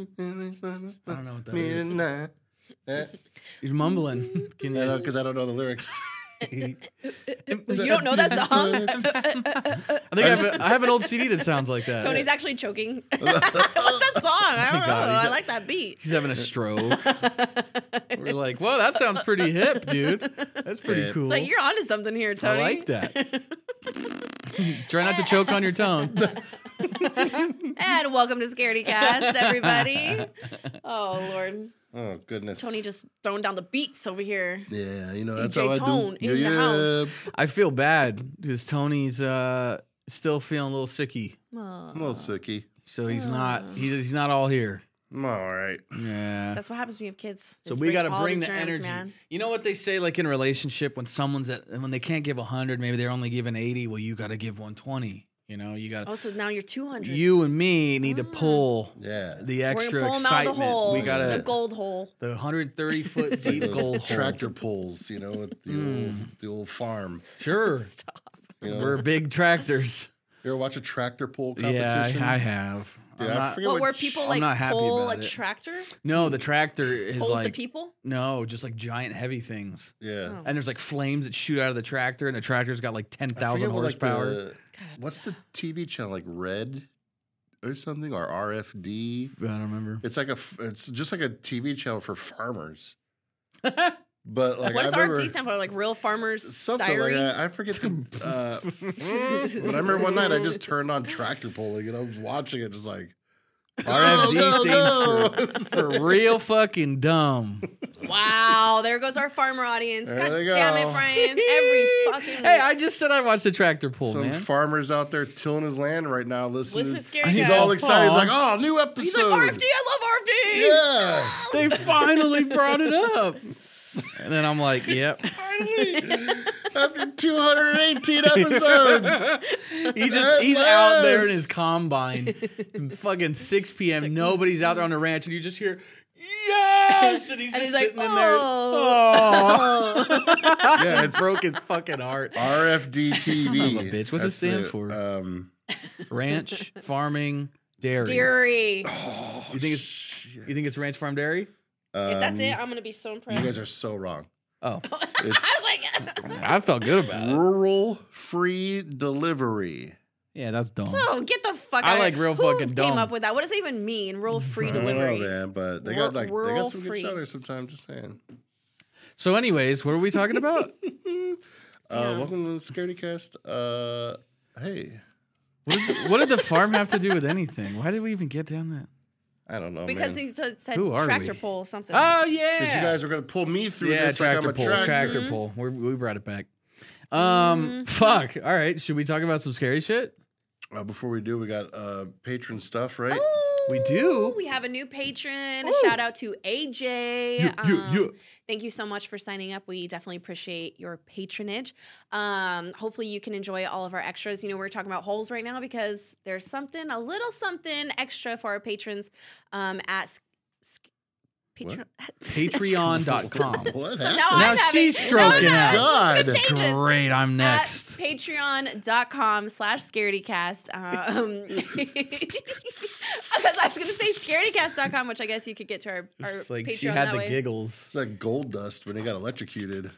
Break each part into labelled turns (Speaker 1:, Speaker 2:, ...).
Speaker 1: I don't know what that is.
Speaker 2: Midnight. That,
Speaker 1: You're mumbling. Can
Speaker 2: I know
Speaker 1: you?
Speaker 2: because I don't know the lyrics.
Speaker 3: You don't know that song?
Speaker 1: I think I have, a, I have an old CD that sounds like that.
Speaker 3: Tony's actually choking. What's that song? I don't know.
Speaker 1: God, he's
Speaker 3: I
Speaker 1: a-
Speaker 3: like that beat.
Speaker 1: He's having a stroke. We're like, well, that sounds pretty hip, dude. That's pretty
Speaker 2: Yeah.
Speaker 1: cool.
Speaker 3: It's like you're onto something here,
Speaker 1: I
Speaker 3: Tony.
Speaker 1: like that. Try not to choke on your tongue.
Speaker 3: And welcome to Scaredy Cast, everybody. oh Lord,
Speaker 2: Oh goodness.
Speaker 3: Tony just throwing down the beats over here.
Speaker 2: Yeah, you know that's
Speaker 3: DJ
Speaker 2: how I
Speaker 3: Tone
Speaker 2: do.
Speaker 3: in the house.
Speaker 1: I feel bad because Tony's uh, still feeling a little sicky,
Speaker 3: Aw.
Speaker 2: I'm a little sookie.
Speaker 1: so he's
Speaker 3: Oh.
Speaker 1: not he's, he's not all here.
Speaker 2: I'm all right.
Speaker 1: Yeah.
Speaker 3: That's what happens when you have kids.
Speaker 1: So
Speaker 3: Just
Speaker 1: we got to
Speaker 3: all
Speaker 1: bring the,
Speaker 3: germs,
Speaker 1: energy. You know what they say, like in a relationship, when someone's at when they can't give hundred, maybe they're only giving eighty. Well, you got to give one twenty. You know, you got to
Speaker 3: Oh, so now you're 200.
Speaker 1: you and me need to pull
Speaker 2: Yeah.
Speaker 1: the
Speaker 3: Mm. We're gonna
Speaker 1: extra
Speaker 3: pull 'em out of
Speaker 1: excitement.
Speaker 3: the hole.
Speaker 1: we got
Speaker 3: the
Speaker 1: to
Speaker 3: gold hole.
Speaker 1: the hundred thirty foot
Speaker 2: Like
Speaker 1: deep
Speaker 2: those
Speaker 1: gold
Speaker 2: tractor
Speaker 1: hole. Hmm.
Speaker 2: pulls, you know, at the, old, the old farm.
Speaker 1: Sure,
Speaker 3: Stop.
Speaker 2: You know,
Speaker 1: we're big tractors.
Speaker 2: you ever watch a tractor pull competition?
Speaker 1: Yeah, I, I have.
Speaker 2: Dude,
Speaker 1: I'm
Speaker 2: I
Speaker 1: not-
Speaker 2: forget
Speaker 3: What
Speaker 2: what
Speaker 3: were
Speaker 2: ch-
Speaker 3: people
Speaker 1: I'm
Speaker 3: like?
Speaker 1: not happy
Speaker 3: pull a
Speaker 1: about it.
Speaker 3: tractor?
Speaker 1: no, the tractor is
Speaker 3: Pulls the
Speaker 1: like
Speaker 3: people?
Speaker 1: no, just like giant heavy things.
Speaker 3: Oh
Speaker 2: Yeah.
Speaker 1: And there's like flames that shoot out of the tractor, and the tractor's got like ten
Speaker 2: I forget
Speaker 1: thousand
Speaker 2: what, like,
Speaker 1: horsepower.
Speaker 2: the- what's the TV channel like Red or something or RFD?
Speaker 1: I don't remember.
Speaker 2: It's like a f- it's just like a TV channel for farmers. But like
Speaker 3: what does
Speaker 2: I remember
Speaker 3: RFD stand for? Like real farmers
Speaker 2: something
Speaker 3: diary.
Speaker 2: like that. I forget the uh, but I remember one night I just turned on tractor pulling and I was watching it just like
Speaker 1: RFD
Speaker 2: go, go,
Speaker 1: stands
Speaker 2: go.
Speaker 1: For real fucking dumb.
Speaker 3: Wow, there goes our farmer audience.
Speaker 2: There
Speaker 3: God
Speaker 2: they
Speaker 3: damn
Speaker 2: go.
Speaker 3: it, Brian. Every fucking
Speaker 1: Hey, I just said I watched the tractor pull,
Speaker 2: Some
Speaker 1: man.
Speaker 2: farmers out there tilling his land right now listening.
Speaker 3: listen
Speaker 2: to
Speaker 3: to
Speaker 2: this-
Speaker 3: scary
Speaker 1: He's
Speaker 2: He's
Speaker 3: Cat.
Speaker 2: all excited. He's like,
Speaker 1: Aw.
Speaker 2: "Oh, new episode!"
Speaker 3: He's like RFD, I love
Speaker 2: Yeah.
Speaker 1: they finally brought it up. And then I'm like, yep.
Speaker 2: After 218 episodes.
Speaker 1: He just he's out there in his combine. fucking 6 p.m. Nobody's out there on the ranch, and you just hear, yes! And he's
Speaker 3: And
Speaker 1: just
Speaker 3: he's like,
Speaker 1: sitting in there.
Speaker 3: "Oh."
Speaker 1: Aw.
Speaker 2: Yeah,
Speaker 1: Just
Speaker 2: it's-
Speaker 1: broke his fucking heart.
Speaker 2: RFD TV.
Speaker 1: Son of a bitch. What's it
Speaker 2: That's
Speaker 1: stand
Speaker 2: the,
Speaker 1: for?
Speaker 2: Um,
Speaker 1: Ranch, farming, dairy.
Speaker 3: RFD. Dairy.
Speaker 2: Oh,
Speaker 1: You think it's you think it's ranch farm dairy?
Speaker 3: If that's
Speaker 2: um,
Speaker 3: it, I'm gonna be so impressed.
Speaker 2: You guys are so wrong.
Speaker 1: Oh,
Speaker 2: It's
Speaker 3: I was like,
Speaker 1: I felt good about it.
Speaker 2: rural free delivery.
Speaker 1: Yeah, that's dumb.
Speaker 3: oh, get the fuck
Speaker 1: I
Speaker 3: out
Speaker 1: like
Speaker 3: of here.
Speaker 1: real
Speaker 3: Who
Speaker 1: fucking
Speaker 3: came
Speaker 1: dumb.
Speaker 3: up with that? What does that even mean? Rural free
Speaker 2: I don't
Speaker 3: delivery.
Speaker 2: know, man, but they
Speaker 3: Rur-
Speaker 2: got like they
Speaker 3: rural
Speaker 2: got some
Speaker 3: free.
Speaker 2: good show there sometimes. Just saying.
Speaker 1: So, anyways, what were we talking about?
Speaker 2: Uh,
Speaker 3: Damn.
Speaker 2: welcome to the Scaredy Cast. Uh, hey,
Speaker 1: what, did the, what did the farm have to do with anything? Why did we even get down that?
Speaker 2: I don't know,
Speaker 3: because
Speaker 2: man.
Speaker 3: he said, said
Speaker 1: Who are
Speaker 3: tractor
Speaker 1: we?
Speaker 3: pull or something.
Speaker 1: Oh
Speaker 2: Because
Speaker 1: yeah,
Speaker 2: you guys are gonna pull me through
Speaker 1: yeah,
Speaker 2: this
Speaker 1: tractor
Speaker 2: like
Speaker 1: pull,
Speaker 2: I'm a tractor.
Speaker 1: tractor
Speaker 3: Mm-hmm.
Speaker 1: pull. We're, we brought it back. Um, fuck. All right, should we talk about some scary shit?
Speaker 2: Uh, before we do, we got uh, patron stuff, right?
Speaker 3: Oh.
Speaker 1: We do.
Speaker 3: Ooh, We have a new patron.
Speaker 2: Oh.
Speaker 3: A shout out to AJ. Um, Thank you so much for signing up. We definitely appreciate your patronage. Um, hopefully, you can enjoy all of our extras. You know, we're talking about holes right now because there's something, a little something extra for our patrons um, at s- s- Patreon.
Speaker 1: Patreon.com.
Speaker 2: What?
Speaker 3: Now
Speaker 2: happened?
Speaker 3: I'm
Speaker 1: now
Speaker 3: having-
Speaker 1: she's stroking
Speaker 3: no,
Speaker 1: out.
Speaker 2: God.
Speaker 3: contagious.
Speaker 1: Great, I'm next.
Speaker 3: At patreon.com slash scaredycast. Um, I was going to say scaredycast.com, which I guess you could get to our, our
Speaker 1: It's like
Speaker 3: Patreon
Speaker 1: she had
Speaker 3: that
Speaker 1: the
Speaker 3: way.
Speaker 1: giggles.
Speaker 2: It's like gold dust when he got electrocuted.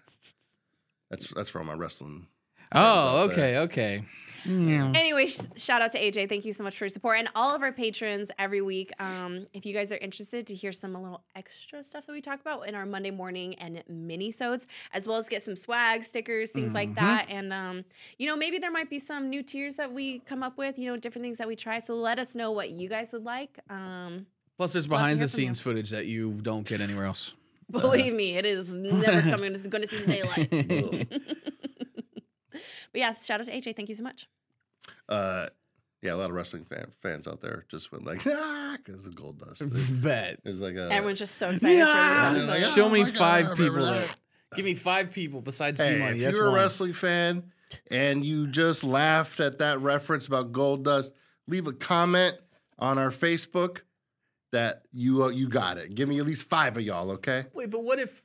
Speaker 2: That's that's for all my wrestling.
Speaker 1: Oh,
Speaker 2: out there.
Speaker 1: okay, okay. Hmm.
Speaker 3: Anyway, sh- shout out to AJ. Thank you so much for your support and all of our patrons every week. Um, if you guys are interested to hear some little extra stuff that we talk about in our Monday morning and mini-sodes, as well as get some swag, stickers, things like that. And, um, you know, maybe there might be some new tiers that we come up with, you know, different things that we try. So let us know what you guys would like. Um,
Speaker 1: Plus, there's
Speaker 3: Love to hear
Speaker 1: behind the
Speaker 3: from you.
Speaker 1: scenes footage that you don't get anywhere else.
Speaker 3: believe me, it is never coming. It's going to see the daylight. but yeah, shout out to AJ. Thank you so much.
Speaker 2: Uh, yeah, a lot of wrestling fan, fans out there just went like, ah, because of gold dust.
Speaker 3: Mm-hmm.
Speaker 2: It
Speaker 1: Bet.
Speaker 2: was like uh, a.
Speaker 3: Everyone's just so excited for this
Speaker 2: Yeah.
Speaker 3: episode.
Speaker 1: Show
Speaker 2: Oh
Speaker 1: me
Speaker 2: my God,
Speaker 1: five
Speaker 2: I remember
Speaker 1: people.
Speaker 2: that.
Speaker 1: that- Give me five people besides
Speaker 2: Hey,
Speaker 1: D Money.
Speaker 2: if
Speaker 1: That's
Speaker 2: you're a
Speaker 1: one.
Speaker 2: wrestling fan and you just laughed at that reference about gold dust, leave a comment on our Facebook that you uh, you got it. Give me at least five of y'all, okay?
Speaker 1: Wait, but what if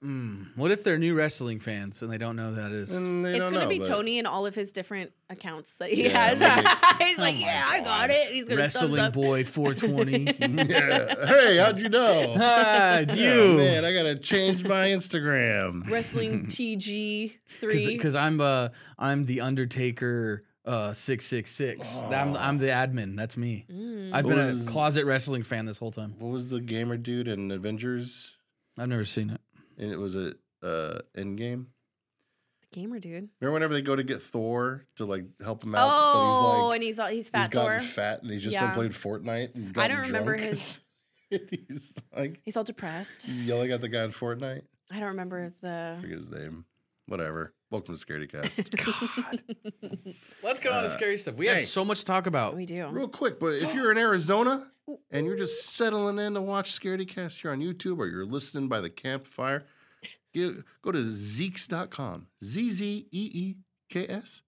Speaker 1: Hmm. What if they're new wrestling fans and they don't know who that is?
Speaker 2: And they
Speaker 3: It's
Speaker 2: don't
Speaker 3: gonna
Speaker 2: know,
Speaker 3: be
Speaker 2: but-
Speaker 3: Tony and all of his different accounts that he
Speaker 2: Yeah,
Speaker 3: has.
Speaker 2: maybe.
Speaker 3: he's like,
Speaker 1: my
Speaker 3: yeah, I got
Speaker 1: God.
Speaker 3: it. He's gonna thumbs
Speaker 1: Wrestling
Speaker 3: up.
Speaker 1: boy 420.
Speaker 2: Yeah. Hey, how'd you know?
Speaker 1: ah, it's
Speaker 2: Oh,
Speaker 1: you.
Speaker 2: man, I gotta change my Instagram.
Speaker 3: Wrestling TG three.
Speaker 1: because I'm uh I'm the Undertaker uh six six six. I'm I'm the admin. That's me.
Speaker 3: Mm,
Speaker 1: I've been
Speaker 2: What is-
Speaker 1: a closet wrestling fan this whole time.
Speaker 2: What was the gamer dude in Avengers?
Speaker 1: I've never seen it.
Speaker 2: And it was a uh, Endgame.
Speaker 3: Gamer dude.
Speaker 2: Remember whenever they go to get Thor to like help him out? but
Speaker 3: Oh,
Speaker 2: he's like,
Speaker 3: and he's all, he's
Speaker 2: he's
Speaker 3: fat
Speaker 2: gotten
Speaker 3: Thor.
Speaker 2: fat and he's just
Speaker 3: Yeah.
Speaker 2: been playing Fortnite. And
Speaker 3: I
Speaker 2: gotten
Speaker 3: don't remember
Speaker 2: drunk.
Speaker 3: his.
Speaker 2: he's like
Speaker 3: He's all depressed.
Speaker 2: he's yelling at the guy in Fortnite.
Speaker 3: I don't remember the.
Speaker 2: forget his name. Whatever. Welcome to Scaredy Cast.
Speaker 1: Let's go on to
Speaker 2: Uh,
Speaker 1: scary stuff. We
Speaker 2: hey.
Speaker 1: have so much to talk about.
Speaker 3: We do.
Speaker 2: Real quick, but if you're in Arizona and you're just settling in to watch Scaredy Cast here on YouTube or you're listening by the campfire, you- go to zeeks.com. Z Z E E K S.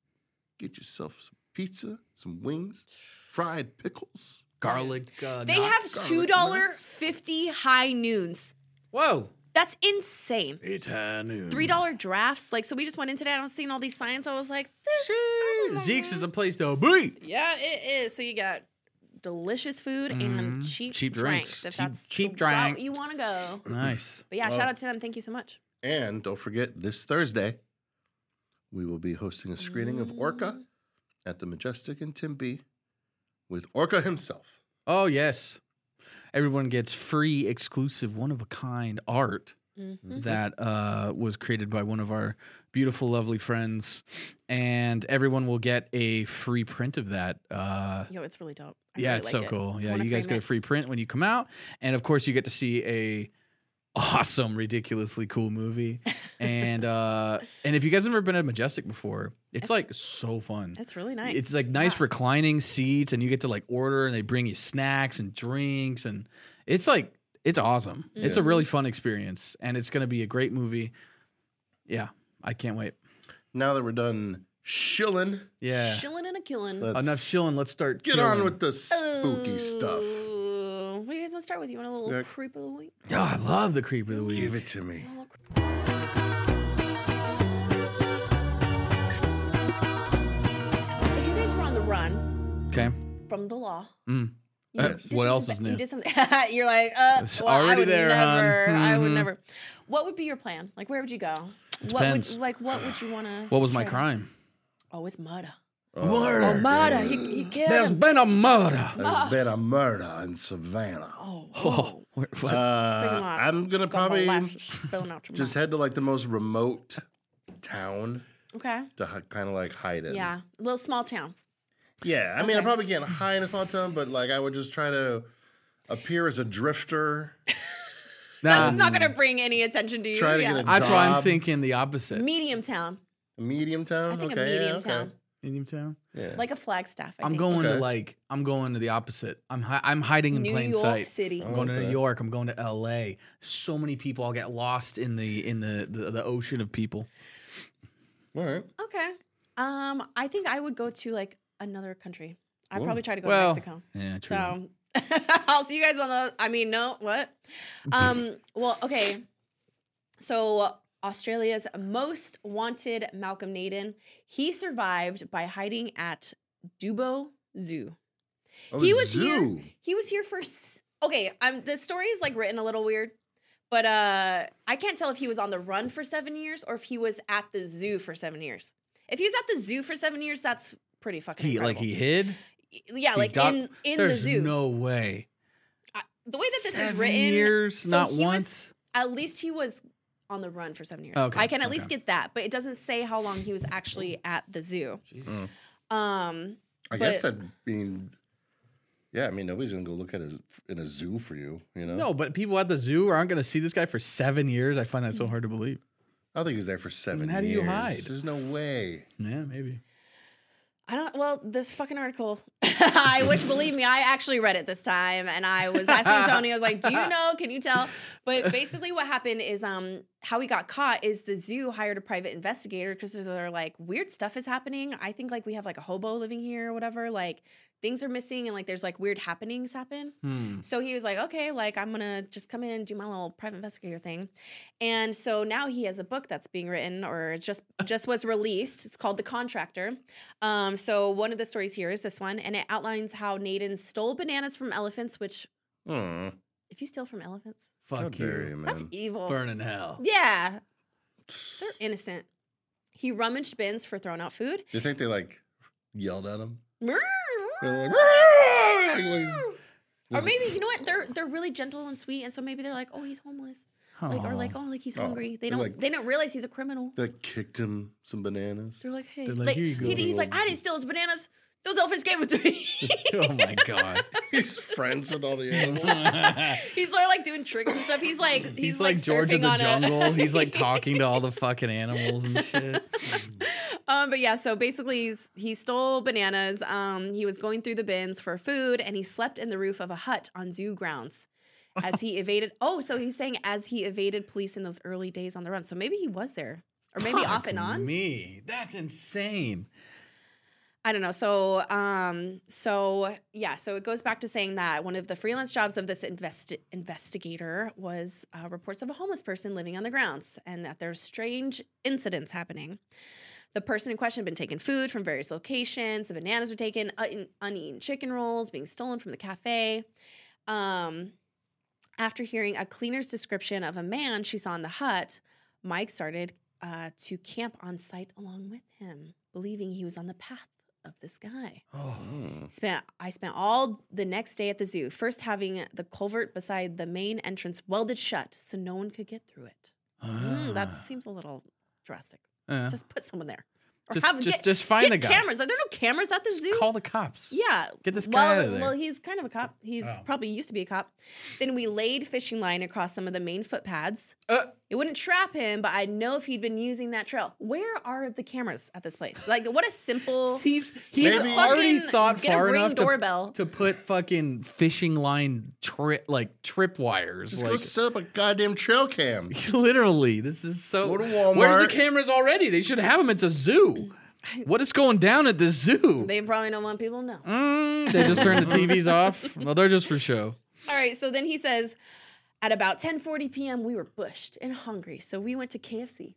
Speaker 2: Get yourself some pizza, some wings, fried pickles.
Speaker 1: Garlic. Uh,
Speaker 3: They
Speaker 1: knots.
Speaker 3: have
Speaker 2: garlic
Speaker 3: two dollar
Speaker 2: knots.
Speaker 3: fifty high noons.
Speaker 1: whoa.
Speaker 3: That's insane.
Speaker 1: It's high noon.
Speaker 3: Three dollar drafts. Like so, we just went in today. and I was seeing all these signs. I was like, this.
Speaker 1: Zeke's is a place to be.
Speaker 3: Yeah, it is. So you got delicious food and cheap
Speaker 1: Mm-hmm. Cheap
Speaker 3: drinks.
Speaker 1: drinks.
Speaker 3: If
Speaker 1: Cheap-
Speaker 3: that's
Speaker 1: cheap
Speaker 3: the route
Speaker 1: drink.
Speaker 3: you want to go.
Speaker 1: Nice.
Speaker 3: But yeah, shout out to them. Thank you so much.
Speaker 2: And don't forget, this Thursday, we will be hosting a screening of Orca at the Majestic in Tempe with Orca himself.
Speaker 1: Oh yes. Everyone gets free, exclusive, one of a kind art
Speaker 3: Mm-hmm.
Speaker 1: that uh, was created by one of our beautiful, lovely friends, and everyone will get a free print of that. Uh,
Speaker 3: Yo, it's really dope. I
Speaker 1: yeah,
Speaker 3: really
Speaker 1: it's
Speaker 3: like
Speaker 1: so
Speaker 3: it.
Speaker 1: cool. Yeah,
Speaker 3: Wanna
Speaker 1: you guys
Speaker 3: frame
Speaker 1: get
Speaker 3: it.
Speaker 1: a free print when you come out, and of course, you get to see a awesome, ridiculously cool movie. and uh, and if you guys have never been at Majestic before, it's, like so fun.
Speaker 3: It's really nice.
Speaker 1: It's like nice
Speaker 3: Yeah.
Speaker 1: reclining seats, and you get to like order, and they bring you snacks and drinks, and it's like it's awesome. It's a
Speaker 2: Mhm.
Speaker 1: really fun experience, and it's gonna be a great movie. Yeah, I can't wait.
Speaker 2: Now that we're done shilling,
Speaker 1: Yeah,
Speaker 3: Chilling and a killing.
Speaker 2: let's
Speaker 1: enough shilling. Let's start.
Speaker 2: get
Speaker 1: killing.
Speaker 2: on with the spooky stuff.
Speaker 3: Ooh. Oh. What do you guys want to start with? You want a little
Speaker 2: Yeah.
Speaker 3: creep of the week?
Speaker 1: Oh, I love the creep of the week.
Speaker 2: Give it to me.
Speaker 3: If you guys were on the run
Speaker 1: Okay.
Speaker 3: from the law.
Speaker 1: Mm.
Speaker 3: you
Speaker 1: Uh,
Speaker 3: did
Speaker 1: what
Speaker 3: something
Speaker 1: else is
Speaker 3: ba-
Speaker 1: new?
Speaker 3: You did something. you're like, uh,
Speaker 1: It's
Speaker 3: well, I
Speaker 1: already
Speaker 3: would
Speaker 1: there, hon.
Speaker 3: never. I would
Speaker 1: Mhm.
Speaker 3: never. What would be your plan? Like, where would you go? What
Speaker 1: depends.
Speaker 3: would like? What would you want to?
Speaker 1: What was my crime?
Speaker 3: Oh, it's murder.
Speaker 1: Murder.
Speaker 3: Oh, murder. He, he killed
Speaker 1: There's
Speaker 3: him.
Speaker 1: been a murder.
Speaker 2: There's been a murder in Savannah.
Speaker 3: Oh,
Speaker 1: Oh,
Speaker 3: oh.
Speaker 1: where- what?
Speaker 2: Uh, I'm gonna probably
Speaker 3: spilling out your
Speaker 2: just
Speaker 3: mouth.
Speaker 2: head to like the most remote town
Speaker 3: okay.
Speaker 2: to hi- kind of like hide in.
Speaker 3: Yeah, a little small town.
Speaker 2: Yeah, I mean, I
Speaker 3: Okay.
Speaker 2: probably can't hide in a small town, but like I would just try to appear as a drifter.
Speaker 1: Nah.
Speaker 3: That's not gonna bring any attention to you.
Speaker 2: Try to
Speaker 3: yeah.
Speaker 2: get
Speaker 1: That's why I'm
Speaker 2: Job.
Speaker 1: thinking the opposite.
Speaker 3: medium town.
Speaker 2: A medium town.
Speaker 3: I think
Speaker 2: okay,
Speaker 3: a medium
Speaker 2: yeah, okay.
Speaker 3: town,
Speaker 1: Indiantown?
Speaker 2: Yeah.
Speaker 3: like a Flagstaff. I
Speaker 1: I'm
Speaker 3: think.
Speaker 1: going to
Speaker 2: Okay.
Speaker 1: like I'm going to the opposite. I'm hi- I'm hiding in
Speaker 3: New
Speaker 1: plain
Speaker 3: York
Speaker 1: sight.
Speaker 3: City.
Speaker 1: I'm going to
Speaker 2: Okay.
Speaker 1: New York. I'm going to L.A. So many people. I'll get lost in the in the the, the ocean of people.
Speaker 2: All right.
Speaker 3: Okay. Um, I think I would go to like another country. I'd
Speaker 2: Ooh.
Speaker 3: probably try to go
Speaker 1: Well,
Speaker 3: to Mexico.
Speaker 1: Yeah, true.
Speaker 3: So I'll see you guys on the. I mean, no, what? Um. Well, okay. So Australia's most wanted Malcolm Naden. He survived by hiding at Dubo Zoo.
Speaker 2: Oh,
Speaker 3: He was
Speaker 2: zoo.
Speaker 3: He was here for. S- okay. Um. The story is like written a little weird. But uh, I can't tell if he was on the run for seven years or if he was at the zoo for seven years. If he was at the zoo for seven years, that's pretty fucking.
Speaker 1: he like
Speaker 3: incredible.
Speaker 1: he hid.
Speaker 3: yeah,
Speaker 1: he
Speaker 3: like
Speaker 1: got-
Speaker 3: in in the
Speaker 1: There's
Speaker 3: zoo.
Speaker 1: no way.
Speaker 3: the way that this
Speaker 1: Seven
Speaker 3: is written,
Speaker 1: years,
Speaker 3: so
Speaker 1: not
Speaker 3: he was-
Speaker 1: once.
Speaker 3: at least he was on the run for seven years.
Speaker 1: Okay,
Speaker 3: I can at
Speaker 1: okay.
Speaker 3: least get that, but it doesn't say how long he was actually at the zoo.
Speaker 2: Mm.
Speaker 3: Um,
Speaker 2: I guess
Speaker 3: but-
Speaker 2: that mean, yeah. I mean, nobody's gonna go look at a in a zoo for you. You know.
Speaker 1: No, but people at the zoo aren't going to see this guy for seven years. I find that so hard to believe.
Speaker 2: I think he was there for seven.
Speaker 1: how do you
Speaker 2: years.
Speaker 1: hide?
Speaker 2: There's no way.
Speaker 1: Yeah, maybe.
Speaker 3: I don't. Well, this fucking article I which believe me, I actually read it this time, and I was asking Tony. I was like, "Do you know? Can you tell?" But basically, what happened is, um, how he got caught is the zoo hired a private investigator because they're like, "Weird stuff is happening. I think like we have like a hobo living here or whatever. Like things are missing, and like there's like weird happenings happen."
Speaker 1: Hmm.
Speaker 3: So he was like, okay, like I'm gonna just come in and do my little private investigator thing. And so now he has a book that's being written or it's just just was released. It's called The Contractor. Um, so one of the stories here is this one, and it outlines how Naden stole bananas from elephants, which
Speaker 2: Aw,
Speaker 3: if you steal from elephants,
Speaker 2: how
Speaker 1: Fuck
Speaker 2: dare
Speaker 1: you.
Speaker 2: you,
Speaker 3: that's
Speaker 2: man.
Speaker 3: evil.
Speaker 1: Burn in hell.
Speaker 3: Yeah. They're innocent. He rummaged bins for thrown out food.
Speaker 2: Do you think they like yelled at him? They're like,
Speaker 3: or
Speaker 2: like-
Speaker 3: maybe you know what? They're they're really gentle and sweet, and so maybe they're like, oh, he's homeless, like or like,
Speaker 1: Aw.
Speaker 3: oh, like he's
Speaker 2: Oh,
Speaker 3: hungry. They
Speaker 2: they're
Speaker 3: don't
Speaker 2: like-
Speaker 3: they don't realize he's a criminal.
Speaker 2: They like, kicked him some bananas.
Speaker 3: They're like, hey,
Speaker 1: They're like,
Speaker 3: like,
Speaker 1: "Here you
Speaker 3: he-
Speaker 1: go,
Speaker 3: he's like,
Speaker 1: little-
Speaker 3: I didn't steal his bananas. Those elephants gave it to me.
Speaker 1: oh my god.
Speaker 2: He's friends with all the animals.
Speaker 3: he's literally like doing tricks and stuff. He's like he's,
Speaker 1: He's, like, George
Speaker 3: surfing
Speaker 1: of the
Speaker 3: on a-
Speaker 1: Jungle. He's like talking to all the fucking animals and shit.
Speaker 3: Um, but yeah, so basically he's, he stole bananas. Um, he was going through the bins for food and he slept in the roof of a hut on zoo grounds as he evaded. Oh, so he's saying as he evaded police in those early days on the run. So maybe he was there or maybe off
Speaker 1: Fuck
Speaker 3: and on.
Speaker 1: Me. That's insane.
Speaker 3: I don't know. So, um, so yeah, so it goes back to saying that one of the freelance jobs of this investi- investigator was uh, reports of a homeless person living on the grounds and that there's strange incidents happening. The person in question had been taking food from various locations. The bananas were taken, un- uneaten chicken rolls being stolen from the cafe. Um, after hearing a cleaner's description of a man she saw in the hut, Mike started uh, to camp on site along with him, believing he was on the path of this guy.
Speaker 1: Oh.
Speaker 2: Mm.
Speaker 3: Spent I spent all the next day at the zoo, first having the culvert beside the main entrance welded shut so no one could get through it. Mm,
Speaker 1: Ah.
Speaker 3: that seems a little drastic.
Speaker 1: Uh, just
Speaker 3: Just put someone there. Or
Speaker 1: just,
Speaker 3: have
Speaker 1: just,
Speaker 3: get,
Speaker 1: find
Speaker 3: get
Speaker 1: the guy.
Speaker 3: cameras. Are there no cameras at the zoo?
Speaker 1: Call the cops.
Speaker 3: Yeah.
Speaker 1: Get this guy
Speaker 3: well,
Speaker 1: out of there.
Speaker 3: well, he's kind of a cop. He's
Speaker 1: Oh.
Speaker 3: probably used to be a cop. Then we laid fishing line across some of the main footpaths.
Speaker 1: Uh.
Speaker 3: it wouldn't trap him, but I'd know if he'd been using that trail. Where are the cameras at this place? Like, what a simple.
Speaker 1: He's he's
Speaker 2: Maybe-
Speaker 1: already
Speaker 3: fucking
Speaker 1: thought
Speaker 3: get
Speaker 1: far
Speaker 3: a ring
Speaker 1: enough to,
Speaker 3: doorbell.
Speaker 1: to put fucking fishing line trip like trip wires.
Speaker 2: Just go
Speaker 1: Like
Speaker 2: set up a goddamn trail cam.
Speaker 1: literally, this is so.
Speaker 2: Go to Walmart.
Speaker 1: Where's the cameras already? They should have them. It's a zoo. What is going down at the zoo? They,
Speaker 3: they probably don't want people to know.
Speaker 1: mm, they just turned the TVs off. Well, they're just for show.
Speaker 3: All right, so then he says, at about 10:40 p.m., we were bushed and hungry, so we went to KFC.